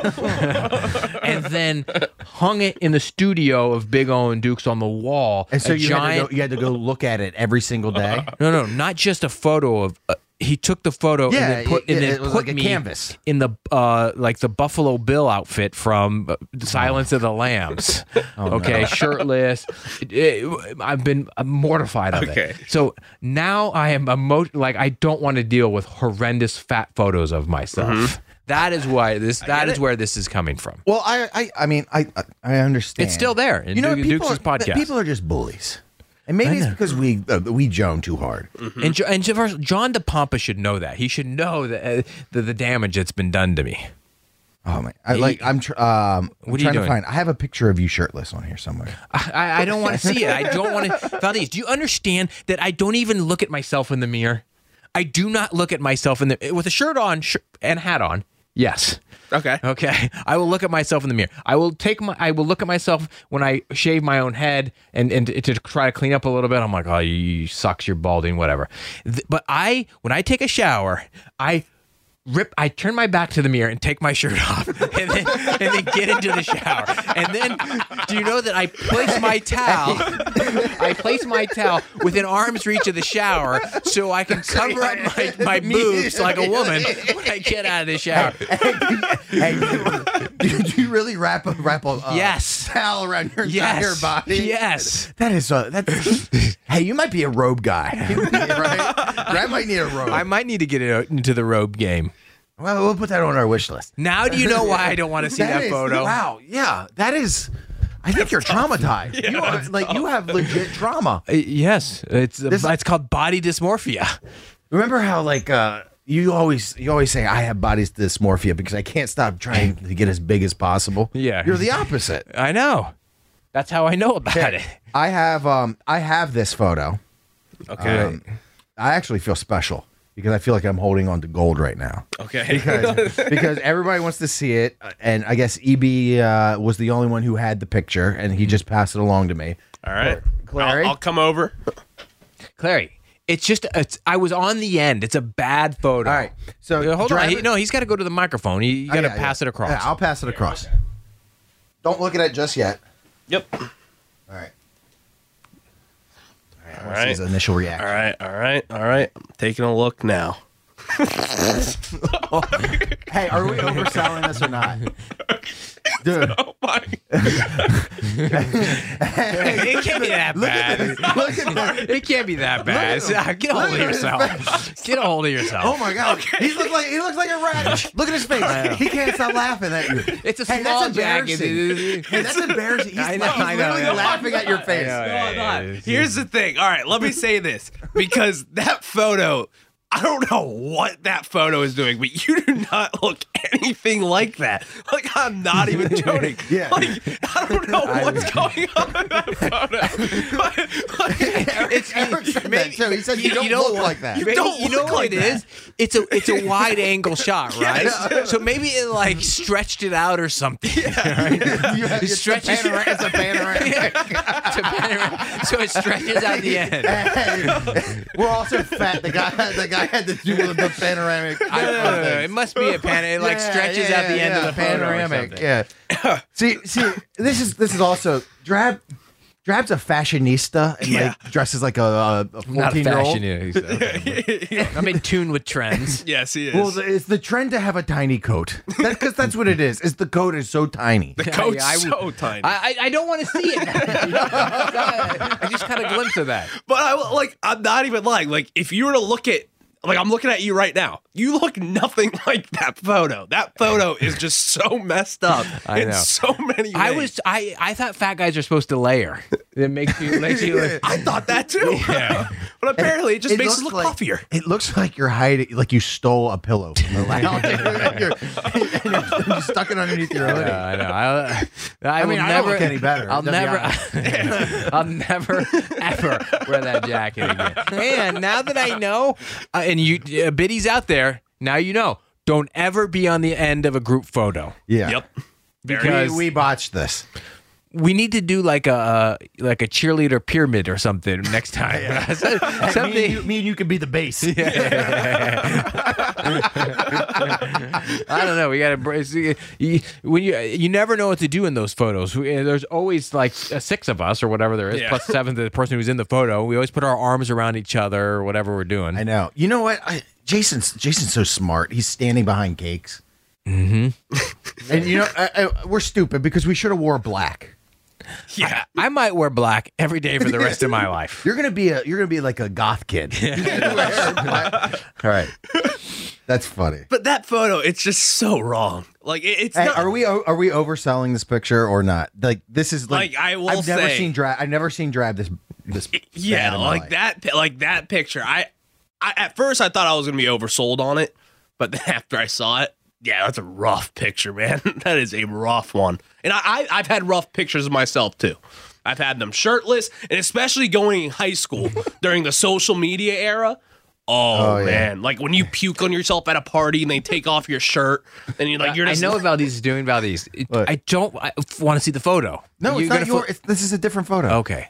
Speaker 3: and then hung it in the studio of Big O and Dukes on the wall.
Speaker 4: And so
Speaker 3: a
Speaker 4: you, had to go, you had to go look at it every single day.
Speaker 3: no, no, not just a photo of. Uh, he took the photo
Speaker 4: Yeah,
Speaker 3: and then put,
Speaker 4: it-
Speaker 3: and
Speaker 4: it-
Speaker 3: then
Speaker 4: it was
Speaker 3: put
Speaker 4: like a
Speaker 3: me
Speaker 4: canvas.
Speaker 3: in the uh, like the Buffalo Bill outfit from uh, Silence of the Lambs.
Speaker 4: Oh,
Speaker 3: okay, shirtless. It- it- I've been I'm mortified of
Speaker 5: Okay.
Speaker 3: it. So now I am emo- like I don't want to deal with horrendous fat photos of myself.
Speaker 4: Mm-hmm.
Speaker 3: That is why this. That is where this is coming from.
Speaker 4: well, I, I, I mean, I, I- I understand.
Speaker 3: It's still there in
Speaker 4: you know,
Speaker 3: Duke-
Speaker 4: what? people
Speaker 3: Dukes' podcast.
Speaker 4: are, People are just bullies, and maybe it's because we uh, we joan too hard.
Speaker 3: And, jo- and first, John DePompa should know that. He should know that uh, the, the damage that's been done to me.
Speaker 4: Oh man, I, like I'm, tr- um, I'm
Speaker 3: What are you
Speaker 4: trying to
Speaker 3: doing?
Speaker 4: find. I have a picture of you shirtless on here somewhere.
Speaker 3: I, I don't want to see it. I don't want to. Valdez, do you understand that I don't even look at myself in the mirror? I do not look at myself in the with a shirt on sh- and hat on. Yes.
Speaker 5: Okay.
Speaker 3: Okay. I will look at myself in the mirror. I will take my. I will look at myself when I shave my own head and and to try to clean up a little bit. I'm like, oh, you, you sucks. You're balding. Whatever. Th- but I, when I take a shower, I rip I turn my back to the mirror and take my shirt off and then and then get into the shower. And then do you know that I place my towel I place my towel within arm's reach of the shower so I can cover up my, my boobs like a woman when I get out of the shower.
Speaker 4: hey, do you, do you really wrap a wrap a uh,
Speaker 3: Yes.
Speaker 4: towel around your entire
Speaker 3: Yes.
Speaker 4: body?
Speaker 3: Yes.
Speaker 4: That is uh, that. hey, you might be a robe guy, right? I might need a robe.
Speaker 3: I might need to get it into the robe game.
Speaker 4: well, we'll put that on our wish list.
Speaker 3: Now do you know why I don't want to see that,
Speaker 4: is-
Speaker 3: photo?
Speaker 4: Wow, yeah, that is. I think you're traumatized. you are like you have legit trauma.
Speaker 3: Uh, Yes, it's it's called body dysmorphia.
Speaker 4: Remember how like uh you always you always say I have body dysmorphia because I can't stop trying to get as big as possible.
Speaker 3: Yeah.
Speaker 4: you're the opposite.
Speaker 3: I know. That's how I know about it.
Speaker 4: I have um I have this photo.
Speaker 5: Okay.
Speaker 4: Um, I actually feel special because I feel like I'm holding on to gold right now.
Speaker 5: okay.
Speaker 4: because everybody wants to see it, and I guess Eb uh, was the only one who had the picture, and he just passed it along to me.
Speaker 5: All right.
Speaker 4: Clary?
Speaker 5: I'll, I'll come over.
Speaker 3: Clary, it's just it's, I was on the end. It's a bad photo.
Speaker 4: All right, so
Speaker 3: Uh, hold on.
Speaker 4: driving-
Speaker 3: He- no, he's got to go to the microphone. He, you got to
Speaker 4: Yeah,
Speaker 3: pass
Speaker 4: yeah.
Speaker 3: it across.
Speaker 4: Yeah, I'll pass it across. Don't look at it just yet.
Speaker 5: Yep.
Speaker 4: All right. All right.
Speaker 5: All
Speaker 4: what's
Speaker 5: right.
Speaker 4: his initial
Speaker 5: All
Speaker 4: reaction?
Speaker 5: right. All right. All right. I'm taking a look now.
Speaker 4: Hey, are we overselling this or not? Dude,
Speaker 5: Oh my! it can't be that
Speaker 4: look at this. Look at this.
Speaker 3: It can't be that bad. Get a hold of yourself. Get a hold of yourself.
Speaker 4: Oh my god. He looks like he looks like a rat. Look at his face. He can't stop laughing at you.
Speaker 3: It's a
Speaker 4: Hey,
Speaker 3: small
Speaker 4: that's
Speaker 3: jacket.
Speaker 4: embarrassing. Hey, that's embarrassing. He's,
Speaker 3: I know,
Speaker 4: he's
Speaker 3: I know,
Speaker 4: literally
Speaker 3: I know.
Speaker 4: laughing at your face.
Speaker 5: I'm not. Here's the thing. All right, let me say this because that photo, I don't know what that photo is doing, but you do not look anything like that. Like I'm not even joking.
Speaker 4: Yeah.
Speaker 5: Like I don't know what's going on in that photo. Like, like,
Speaker 3: It's
Speaker 4: Eric said that too. He said you, don't
Speaker 3: know
Speaker 4: look
Speaker 3: what-
Speaker 4: like that.
Speaker 3: You,
Speaker 5: don't
Speaker 3: you know
Speaker 5: look
Speaker 3: what
Speaker 5: like
Speaker 3: it is? It's a it's a wide angle shot, right? So maybe it like stretched it out or something.
Speaker 4: You have- it's, a
Speaker 3: Stretch it.
Speaker 4: panorama, it's a panorama.
Speaker 3: To panorama- so it stretches out the end.
Speaker 4: Hey, we're all so fat. The guy, the guy had to do the panoramic.
Speaker 3: I don't know. It must be a pan. It like
Speaker 4: Yeah,
Speaker 3: stretches
Speaker 4: yeah,
Speaker 3: out the end
Speaker 4: yeah,
Speaker 3: of the photo or
Speaker 4: panoramic.
Speaker 3: something.
Speaker 4: Yeah. see, see, this is this is also drab. Drab's a fashionista and like dresses like a a
Speaker 3: Not
Speaker 4: fourteen year old.
Speaker 3: fashionista. I'm in tune with trends.
Speaker 5: yes, he is.
Speaker 4: Well, the- it's the trend to have a tiny coat. That's because that's what it is. Is the coat is so tiny.
Speaker 5: the coat's
Speaker 3: I would-
Speaker 5: so tiny.
Speaker 3: I, I I don't want to see it. I just caught a glimpse of that.
Speaker 5: But I like I'm not even lying. Like if you were to look at like I'm looking at you right now, you look nothing like that photo. That photo is just so messed up
Speaker 3: I
Speaker 5: in
Speaker 3: know.
Speaker 5: so many. Ways.
Speaker 3: I was I I thought fat guys are supposed to layer. It makes you makes you look.
Speaker 5: I thought that too. but apparently, it just makes us
Speaker 4: looks
Speaker 5: look
Speaker 4: like-
Speaker 5: puffier.
Speaker 4: It looks like you're hiding, like you stole a pillow from the lounge, and you're, and you're- you stuck it underneath your hoodie.
Speaker 3: I know. I, I,
Speaker 4: I mean,
Speaker 3: will
Speaker 4: I don't
Speaker 3: never
Speaker 4: look any better,
Speaker 3: I'll
Speaker 4: to be
Speaker 3: never, I'll never ever wear that jacket again. And now that I know, uh, and you, uh, biddies out there, now you know. Don't ever be on the end of a group photo.
Speaker 4: Yeah,
Speaker 3: Because-
Speaker 4: we, we botched this.
Speaker 3: We need to do like a like a cheerleader pyramid or something next time. So-
Speaker 4: Hey, me, and
Speaker 3: something.
Speaker 4: you, me and you could be the base.
Speaker 3: I don't know. We got to embrace you, when you you never know what to do in those photos. We- uh, There's always like uh, six of us or whatever there is,
Speaker 5: Yeah.
Speaker 3: plus seven to the person who's in the photo. We always put our arms around each other or whatever we're doing.
Speaker 4: I know. You know what? I, Jason's Jason's so smart. He's standing behind cakes. Mm-hmm. and you know, I, I, we're stupid because we should have wore black.
Speaker 5: Yeah.
Speaker 3: I might wear black every day for the rest of my life.
Speaker 4: You're gonna be a you're gonna be like a goth kid. You're gonna wear black. All right, that's funny.
Speaker 5: But that photo, it's just so wrong. Like it, it's
Speaker 4: Hey,
Speaker 5: not.
Speaker 4: are we o- are we overselling this picture or not? Like this is like,
Speaker 5: Like, I will
Speaker 4: I've never
Speaker 5: say-
Speaker 4: seen drab. I've never seen drab this this. bad
Speaker 5: yeah,
Speaker 4: in my
Speaker 5: like
Speaker 4: life.
Speaker 5: that. pi- Like that picture. I, I at first I thought I was gonna be oversold on it, but then after I saw it, yeah, that's a rough picture, man. that is a rough one. And I, I I've had rough pictures of myself too. I've had them shirtless, and especially going in high school during the social media era. Oh,
Speaker 4: yeah.
Speaker 5: man! Like when you puke on yourself at a party and they take off your shirt, and you're like, you're
Speaker 3: I
Speaker 5: just
Speaker 3: know what Valdez is doing. Valdez, It-
Speaker 4: What?
Speaker 3: I don't I want to see the photo.
Speaker 4: No,
Speaker 3: You're
Speaker 4: it's not
Speaker 3: gonna
Speaker 4: your.
Speaker 3: fo-
Speaker 4: it's, this is a different photo.
Speaker 5: Oh.
Speaker 3: okay.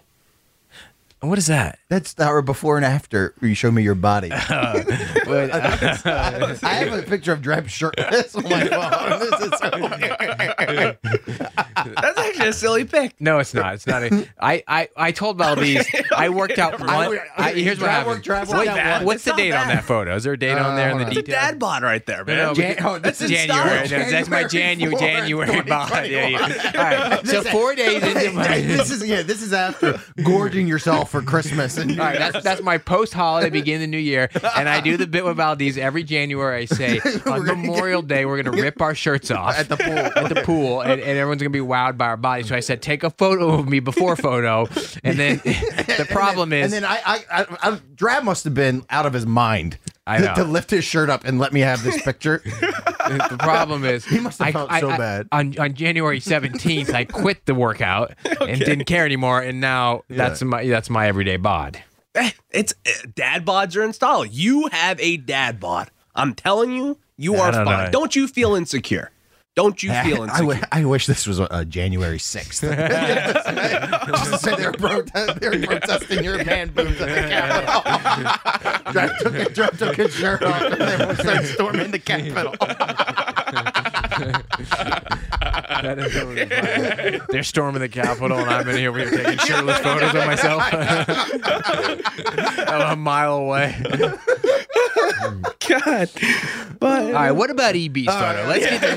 Speaker 3: And What is that?
Speaker 4: That's the hour before and after where you show me your body.
Speaker 5: uh,
Speaker 3: What-
Speaker 4: I have a picture of Drab shirtless on my phone. This is so weird.
Speaker 5: that's actually a silly pic.
Speaker 3: no, it's not. It's not. A, I, I, I told Valdez I worked out one.
Speaker 4: mind.
Speaker 3: I-
Speaker 4: Okay,
Speaker 3: here's what
Speaker 4: drive
Speaker 3: happened.
Speaker 4: work, drive
Speaker 3: Wait,
Speaker 4: work out
Speaker 5: one.
Speaker 3: What's
Speaker 5: It's
Speaker 3: the
Speaker 5: not
Speaker 3: date on
Speaker 5: bad.
Speaker 3: that photo? Is there Oh, a date on there in the
Speaker 4: hold on.
Speaker 5: The
Speaker 3: details?
Speaker 5: dad bod right there, man.
Speaker 3: No,
Speaker 4: Jan- oh,
Speaker 3: that's
Speaker 4: this
Speaker 5: is
Speaker 3: January.
Speaker 5: style.
Speaker 3: No, that's my
Speaker 4: January
Speaker 3: January, January
Speaker 4: 4th,
Speaker 3: bond. Yeah, yeah. All right. So
Speaker 4: This-
Speaker 3: four days into my.
Speaker 4: this is yeah. This is after gorging yourself for Christmas. And
Speaker 3: All right, that's that's my post holiday beginning of the new year, and I do the bit with Valdez every January. I say on
Speaker 4: gonna
Speaker 3: Memorial Day we're gonna rip our shirts off
Speaker 4: At the pool.
Speaker 3: at the pool, and, and everyone's gonna be wowed by our body. So I said, take a photo of me before photo, and then the problem is
Speaker 4: and then I, I, I, I, Drab must have been out of his mind.
Speaker 3: I
Speaker 4: to-
Speaker 3: know.
Speaker 4: to lift his shirt up and let me have this picture.
Speaker 3: the problem is he
Speaker 4: must have felt so bad.
Speaker 3: on on January seventeenth. I quit the workout and didn't care anymore, and now that's my that's my everyday bod.
Speaker 5: Eh, it's eh, dad bods are in style. You have a dad bod. I'm telling you, you are
Speaker 3: don't
Speaker 5: fine.
Speaker 3: know.
Speaker 5: Don't you feel insecure? Don't you feel
Speaker 4: I,
Speaker 5: insecure?
Speaker 4: w- I wish this was uh, January 6th. Just to say they're, prote- they're protesting your man boobs at the Capitol. Trump took, it- Trump took his shirt off and they started storming the Capitol.
Speaker 3: That is totally fine. They're storming the Capitol, and I'm in here with taking shirtless photos of myself. I'm a mile away.
Speaker 5: God. But
Speaker 3: All right, what about EB's photo? Let's get to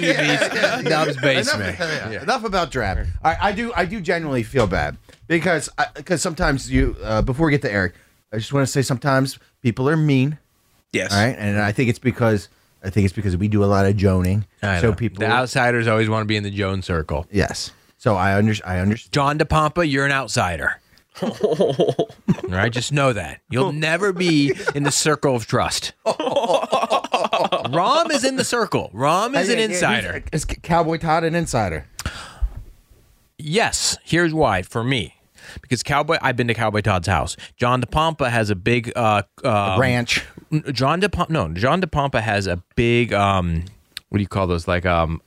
Speaker 3: EB's Dub's basement.
Speaker 4: Enough, enough about draft. All right, I do. I do genuinely feel bad because because sometimes you uh, before we get to Eric, I just want to say sometimes people are mean.
Speaker 5: yes.
Speaker 4: All right, and I think it's because I think it's because we do a lot of joning.
Speaker 3: I
Speaker 4: so
Speaker 3: know.
Speaker 4: people,
Speaker 3: the outsiders always want to be in the Jones circle.
Speaker 4: yes. So I under I understand.
Speaker 3: John DePompa, you're an outsider. All right, just know that you'll never be in the circle of trust. Rom is in the circle. Rom
Speaker 4: Uh,
Speaker 3: is an insider.
Speaker 4: Is Cowboy Todd an insider?
Speaker 3: Yes, here's why for me. Because Cowboy, I've been to Cowboy Todd's house. John DePompa has a big uh, uh,
Speaker 4: Ranch.
Speaker 3: N- John DePompa. No, John DePompa has a big um, what do you call those? Like um,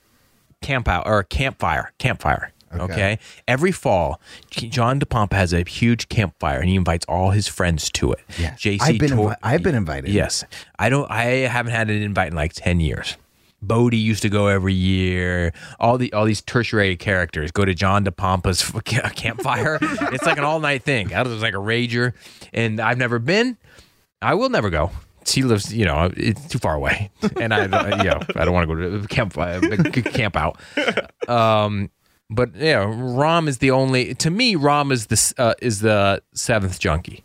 Speaker 3: camp out or campfire, campfire. Okay. Every fall, J- John DePompa has a huge campfire, and he invites all his friends to it. Yeah. JC
Speaker 4: I've been
Speaker 3: Tor-
Speaker 4: invi- I've been invited.
Speaker 3: Yes, I don't. I haven't had an invite in like ten years. Bodie used to go every year. All the all these tertiary characters go to John DePompa's f- ca- campfire. it's like an all night thing. I was like a rager, and I've never been. I will never go. She lives, you know, it's too far away, and I, you know, I don't want to go to a camp a big camp out. Um, but yeah, Rom is the only to me. Rom is the s- uh, is the seventh junkie.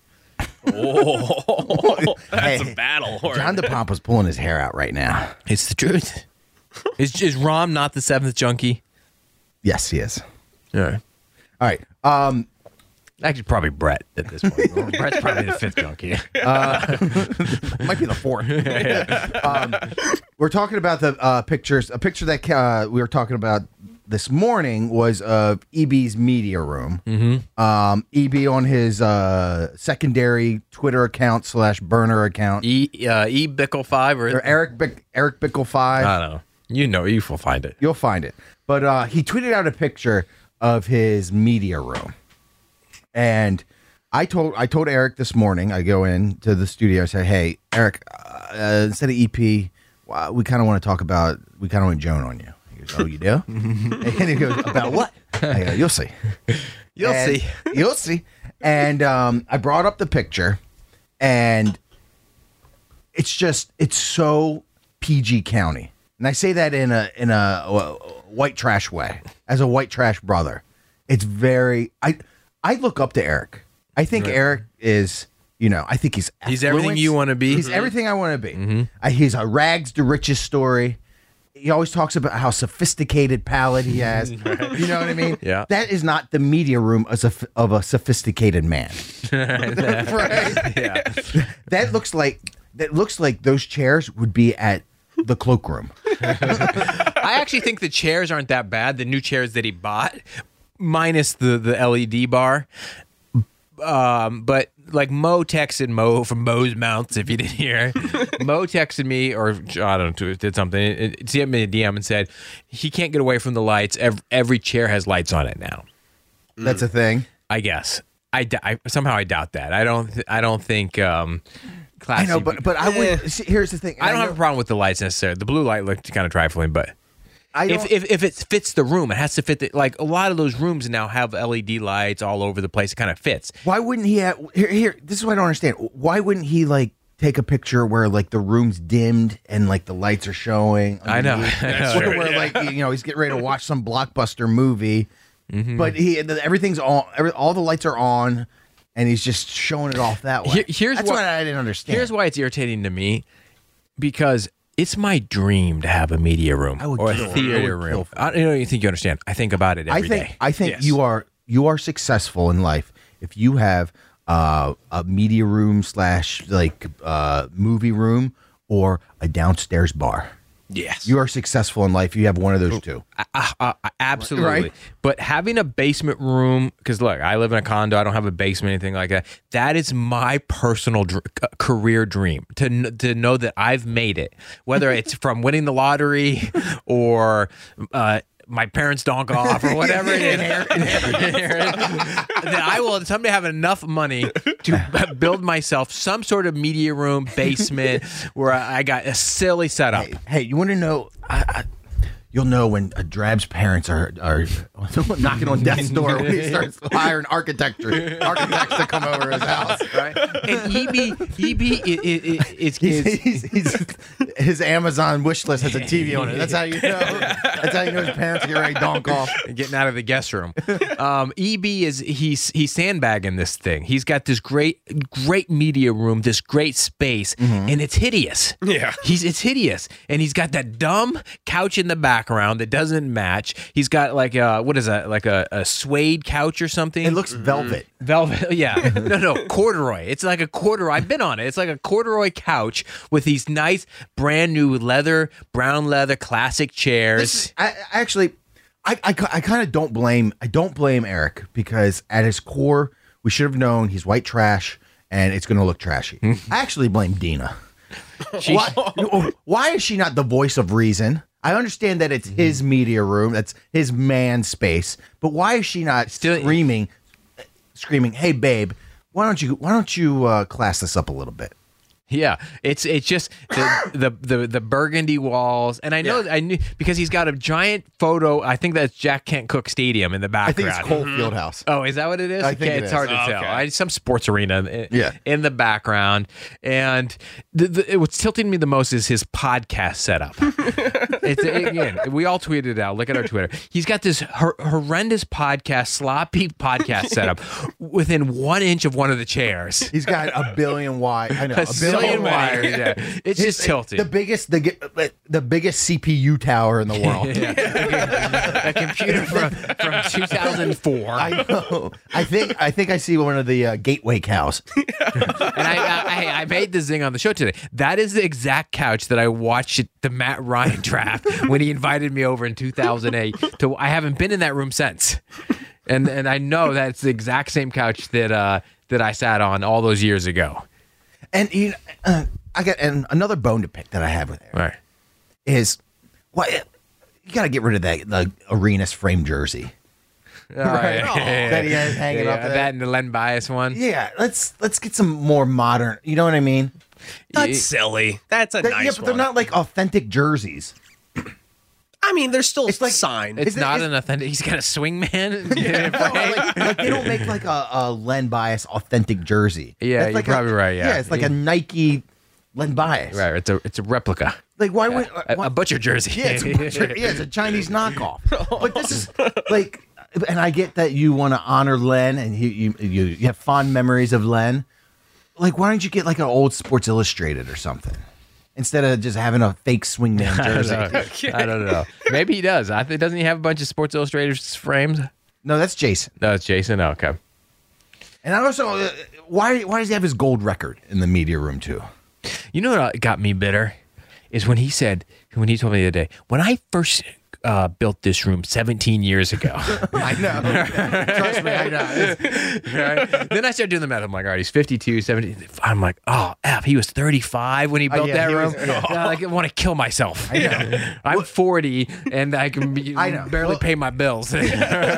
Speaker 5: Oh, that's
Speaker 4: Hey.
Speaker 5: a battle. Horn.
Speaker 4: John DePompa's pulling his hair out right now.
Speaker 3: It's the truth. is is Rom not the seventh junkie?
Speaker 4: Yes, he is.
Speaker 3: Yeah.
Speaker 4: All right. Um,
Speaker 3: Actually, probably Brett at this point. Brett's probably the fifth junkie.
Speaker 4: might be the fourth. um, we're talking about the uh, pictures. A picture that uh, we were talking about this morning was of EB's media room.
Speaker 3: Mm-hmm.
Speaker 4: Um, EB on his uh, secondary Twitter account slash burner account
Speaker 3: E uh, E Bickle five or,
Speaker 4: or Eric Bick, Eric Bickle five.
Speaker 3: I don't know. You know, you will find it.
Speaker 4: You'll find it. But uh, he tweeted out a picture of his media room, and I told I told Eric this morning. I go in to the studio. I said, "Hey, Eric, uh, uh, instead of EP, why- we kind of want to talk about we kind of want Joan on you." He goes, "Oh, you do?" and he goes, "About what?" I go, "You'll see.
Speaker 3: You'll
Speaker 4: And-
Speaker 3: see.
Speaker 4: you'll see." And um, I brought up the picture, and it's just it's so PG County, and I say that in a in a uh, white trash way as a white trash brother. It's very I I look up to Eric. I think Eric is you know I think he's
Speaker 3: He's everything
Speaker 4: affluent.
Speaker 3: you wanna be.
Speaker 4: He's
Speaker 3: Mhm.
Speaker 4: everything I want to be. I, he's a rags to riches story. He always talks about how sophisticated palate he has. You know what I mean?
Speaker 3: Yeah.
Speaker 4: That is not the media room of a, of a sophisticated man. right?
Speaker 3: Yeah.
Speaker 4: That looks like that looks like those chairs would be at the cloakroom.
Speaker 3: I actually think the chairs aren't that bad. The new chairs that he bought, minus the the LED bar. Um, but like Mo texted Mo from Mo's Mounts, if you didn't hear, Mo texted me or I don't know did something. It, it sent me a DM and said he can't get away from the lights. Every, every chair has lights on it now.
Speaker 4: That's a thing.
Speaker 3: I guess I, d- I- somehow I doubt that. I don't th- I don't think um,
Speaker 4: I
Speaker 3: classy. Eh.
Speaker 4: know, but but I would. See, here's the thing.
Speaker 3: I don't
Speaker 4: know-
Speaker 3: have a problem with the lights necessarily. The blue light looked kind of trifling, but
Speaker 4: I don't,
Speaker 3: if, if if it fits the room, it has to fit. The, like a lot of those rooms now have LED lights all over the place. It kind of fits.
Speaker 4: why wouldn't he? Have, here, here. This is what I don't understand. Why wouldn't he like take a picture where like the room's dimmed and like the lights are showing?
Speaker 3: I know.
Speaker 4: underneath?
Speaker 3: I know,
Speaker 4: Where,
Speaker 3: right?
Speaker 4: where, like you know he's getting ready to watch some blockbuster movie,
Speaker 3: Mm-hmm.
Speaker 4: but he everything's on. Every, all the lights are on, and he's just showing it off that way.
Speaker 3: Here- here's
Speaker 4: That's
Speaker 3: what-
Speaker 4: what, I didn't understand.
Speaker 3: Here's why it's irritating to me, because it's my dream to have a media room
Speaker 4: would
Speaker 3: or a
Speaker 4: kill for it. I
Speaker 3: theater
Speaker 4: would kill
Speaker 3: room.
Speaker 4: for
Speaker 3: I don't know. You think you understand? I think about it every
Speaker 4: I
Speaker 3: day.
Speaker 4: think I think you are you are successful in life if you have uh, a media room slash like uh, movie room or a downstairs bar.
Speaker 5: yes.
Speaker 4: You are successful in life. You have one of those two.
Speaker 3: Uh, uh, uh, absolutely.
Speaker 4: Right?
Speaker 3: But having a basement room, because look, I live in a condo. I don't have a basement, anything like that. That is my personal dr- c- career dream to kn- to know that I've made it, whether it's from winning the lottery or. Uh, my parents donk off or whatever it is that I will someday have enough money to build myself some sort of media room basement where I got a silly setup.
Speaker 4: Hey, you want to know? I, I, you'll know when a drab's parents are are knocking on death's door when he starts hiring architecture architects to come over his house.
Speaker 3: right? And E Hebe, Hebe, it, it, it, it's,
Speaker 4: He's,
Speaker 3: it's
Speaker 4: he's, he's, his Amazon wish list has a TV on it. That's how you know. That's how you know his parents get ready to donk off.
Speaker 3: getting out of the guest room. Um, Eb is he's he's sandbagging this thing. He's got this great great media room, this great space,
Speaker 4: Mm-hmm.
Speaker 3: and it's hideous.
Speaker 5: Yeah.
Speaker 3: he's it's hideous, and he's got that dumb couch in the background that doesn't match. He's got like a what is that like a, a suede couch or something?
Speaker 4: It looks velvet.
Speaker 3: Velvet, yeah, no, no, corduroy. It's like a corduroy. I've been on it. It's like a corduroy couch with these nice, brand new leather, brown leather, classic chairs.
Speaker 4: This is- I, I actually, I, I, ki- I kind of don't blame I don't blame Eric because at his core, we should have known he's white trash and it's going to look trashy.
Speaker 3: Hmm.
Speaker 4: I actually blame Dina. why, why is she not the voice of reason? I understand that it's
Speaker 3: Hmm.
Speaker 4: his media room, that's his man space, but why is she not
Speaker 3: Still-
Speaker 4: screaming, screaming, "Hey, babe, why don't you why don't you uh, class this up a little bit?"
Speaker 3: Yeah, it's it's just the the, the the burgundy walls, and I know I knew because he's got a giant photo. I think that's Jack Kent Cook Stadium in the
Speaker 4: I
Speaker 3: background.
Speaker 4: think it's Cole Fieldhouse.
Speaker 3: Oh, is that what it is?
Speaker 4: I
Speaker 3: Okay,
Speaker 4: think it
Speaker 3: it's
Speaker 4: is.
Speaker 3: hard to tell.
Speaker 5: Okay.
Speaker 3: I, some sports arena. In,
Speaker 4: Yeah.
Speaker 3: in the background, and the, the, it, what's tilting me the most is his podcast setup. it's again, we all tweeted it out. Look at our Twitter. He's got this hor- horrendous podcast, sloppy podcast setup within one inch of one of the chairs.
Speaker 4: He's got a billion wire. I know a,
Speaker 3: So
Speaker 4: billion
Speaker 3: many.
Speaker 4: wires.
Speaker 3: Yeah. It's
Speaker 4: His-
Speaker 3: just tilting.
Speaker 4: The biggest, the gi- like, the biggest CPU tower in the world.
Speaker 3: a computer from, from 2004.
Speaker 4: I know. I think I think I see one of the uh, gateway cows.
Speaker 3: and I, I, I made the zing on the show today. That is the exact couch that I watched at the Matt Ryan draft when he invited me over in 2008. To I haven't been in that room since, and and I know that's the exact same couch that uh, that I sat on all those years ago.
Speaker 4: And you, know, uh, I got and another bone to pick that I have with Eric
Speaker 3: Right.
Speaker 4: is what you got to get rid of that the arenas frame jersey. That he has Oh, hanging up there.
Speaker 3: that and the Len Bias one.
Speaker 4: Yeah, let's let's get some more modern. You know what I mean?
Speaker 5: That's silly. That's a
Speaker 4: That- yeah,
Speaker 5: nice
Speaker 4: but they're
Speaker 5: one.
Speaker 4: not like authentic jerseys.
Speaker 5: I mean, there's still
Speaker 4: It's like-
Speaker 5: sign.
Speaker 3: It's
Speaker 4: Is it-
Speaker 3: not
Speaker 4: is-
Speaker 3: an authentic. He's got a swingman.
Speaker 4: like, like they don't make like a, a Len Bias authentic jersey.
Speaker 3: Yeah, you're
Speaker 4: like a-
Speaker 3: probably right, yeah.
Speaker 4: yeah, it's like a Nike Len Bias.
Speaker 3: Right, it's a it's a replica,
Speaker 4: Like why would
Speaker 3: a,
Speaker 4: why-
Speaker 3: a butcher jersey.
Speaker 4: Uh, Yeah, it's a butcher- yeah, it's a Chinese knockoff. But this is like, and I get that you want to honor Len and you, you you you have fond memories of Len. Like, why don't you get like an old Sports Illustrated or something instead of just having a fake swingman jersey?
Speaker 3: I don't know. Maybe he does. I think doesn't he have a bunch of Sports Illustrated frames?
Speaker 4: no, that's Jason.
Speaker 3: No, it's Jason. Oh, okay.
Speaker 4: And I also, uh, why why does he have his gold record in the media room too?
Speaker 3: You know what got me bitter is when he said when he told me the other day when I first uh, built this room 17 years ago.
Speaker 4: I know. Trust me, I know.
Speaker 3: right? Then I started doing the math. I'm like, all right, he's 52, 70. I'm like, oh, F, he was 35 when he built
Speaker 4: Oh, yeah,
Speaker 3: that
Speaker 4: he
Speaker 3: room.
Speaker 4: was-
Speaker 3: Yeah, like, I want to kill myself. I know. I'm 40 and I can be,
Speaker 4: I know.
Speaker 3: barely
Speaker 4: Well-
Speaker 3: pay my bills.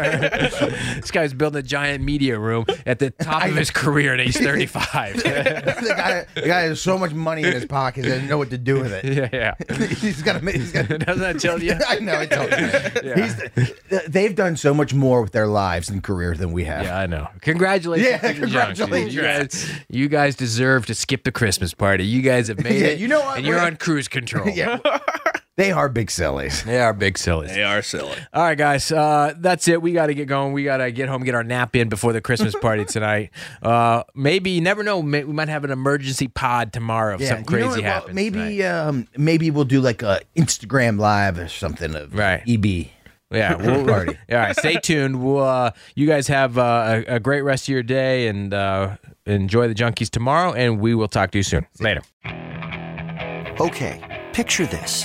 Speaker 3: this guy's building a giant media room at the top of his career at age 35. yeah,
Speaker 4: the, guy, the guy has so much money in his pocket, he doesn't know what to do with it.
Speaker 3: yeah.
Speaker 4: he's got to. He's got.
Speaker 3: Doesn't that tell you?
Speaker 4: I know. I told you. He's, they've done so much more with their lives and careers than we have.
Speaker 3: Yeah, I know. Congratulations.
Speaker 4: Yeah,
Speaker 3: to the Junkies.
Speaker 4: congratulations.
Speaker 3: You guys, you guys deserve to skip the Christmas party. You guys have made
Speaker 4: Yeah,
Speaker 3: it.
Speaker 4: you know what?
Speaker 3: And you're
Speaker 4: We're-
Speaker 3: on cruise control.
Speaker 4: Yeah. they are big sillies.
Speaker 3: They are big sillies.
Speaker 5: they are silly.
Speaker 3: All right, guys, uh, that's it. We got to get going. We got to get home, get our nap in before the Christmas party tonight. Uh, maybe you never know. May, we might have an emergency pod tomorrow if
Speaker 4: Yeah,
Speaker 3: something
Speaker 4: you know
Speaker 3: crazy
Speaker 4: what? Well,
Speaker 3: happens. tonight.
Speaker 4: maybe um, maybe we'll do like a Instagram live or something of E
Speaker 3: Right.
Speaker 4: EB.
Speaker 3: yeah, we'll,
Speaker 4: party.
Speaker 3: All right, stay tuned. We'll, uh, you guys have uh, a, a great rest of your day and uh, enjoy the junkies tomorrow. And we will talk to you soon. Later.
Speaker 8: Okay, picture this.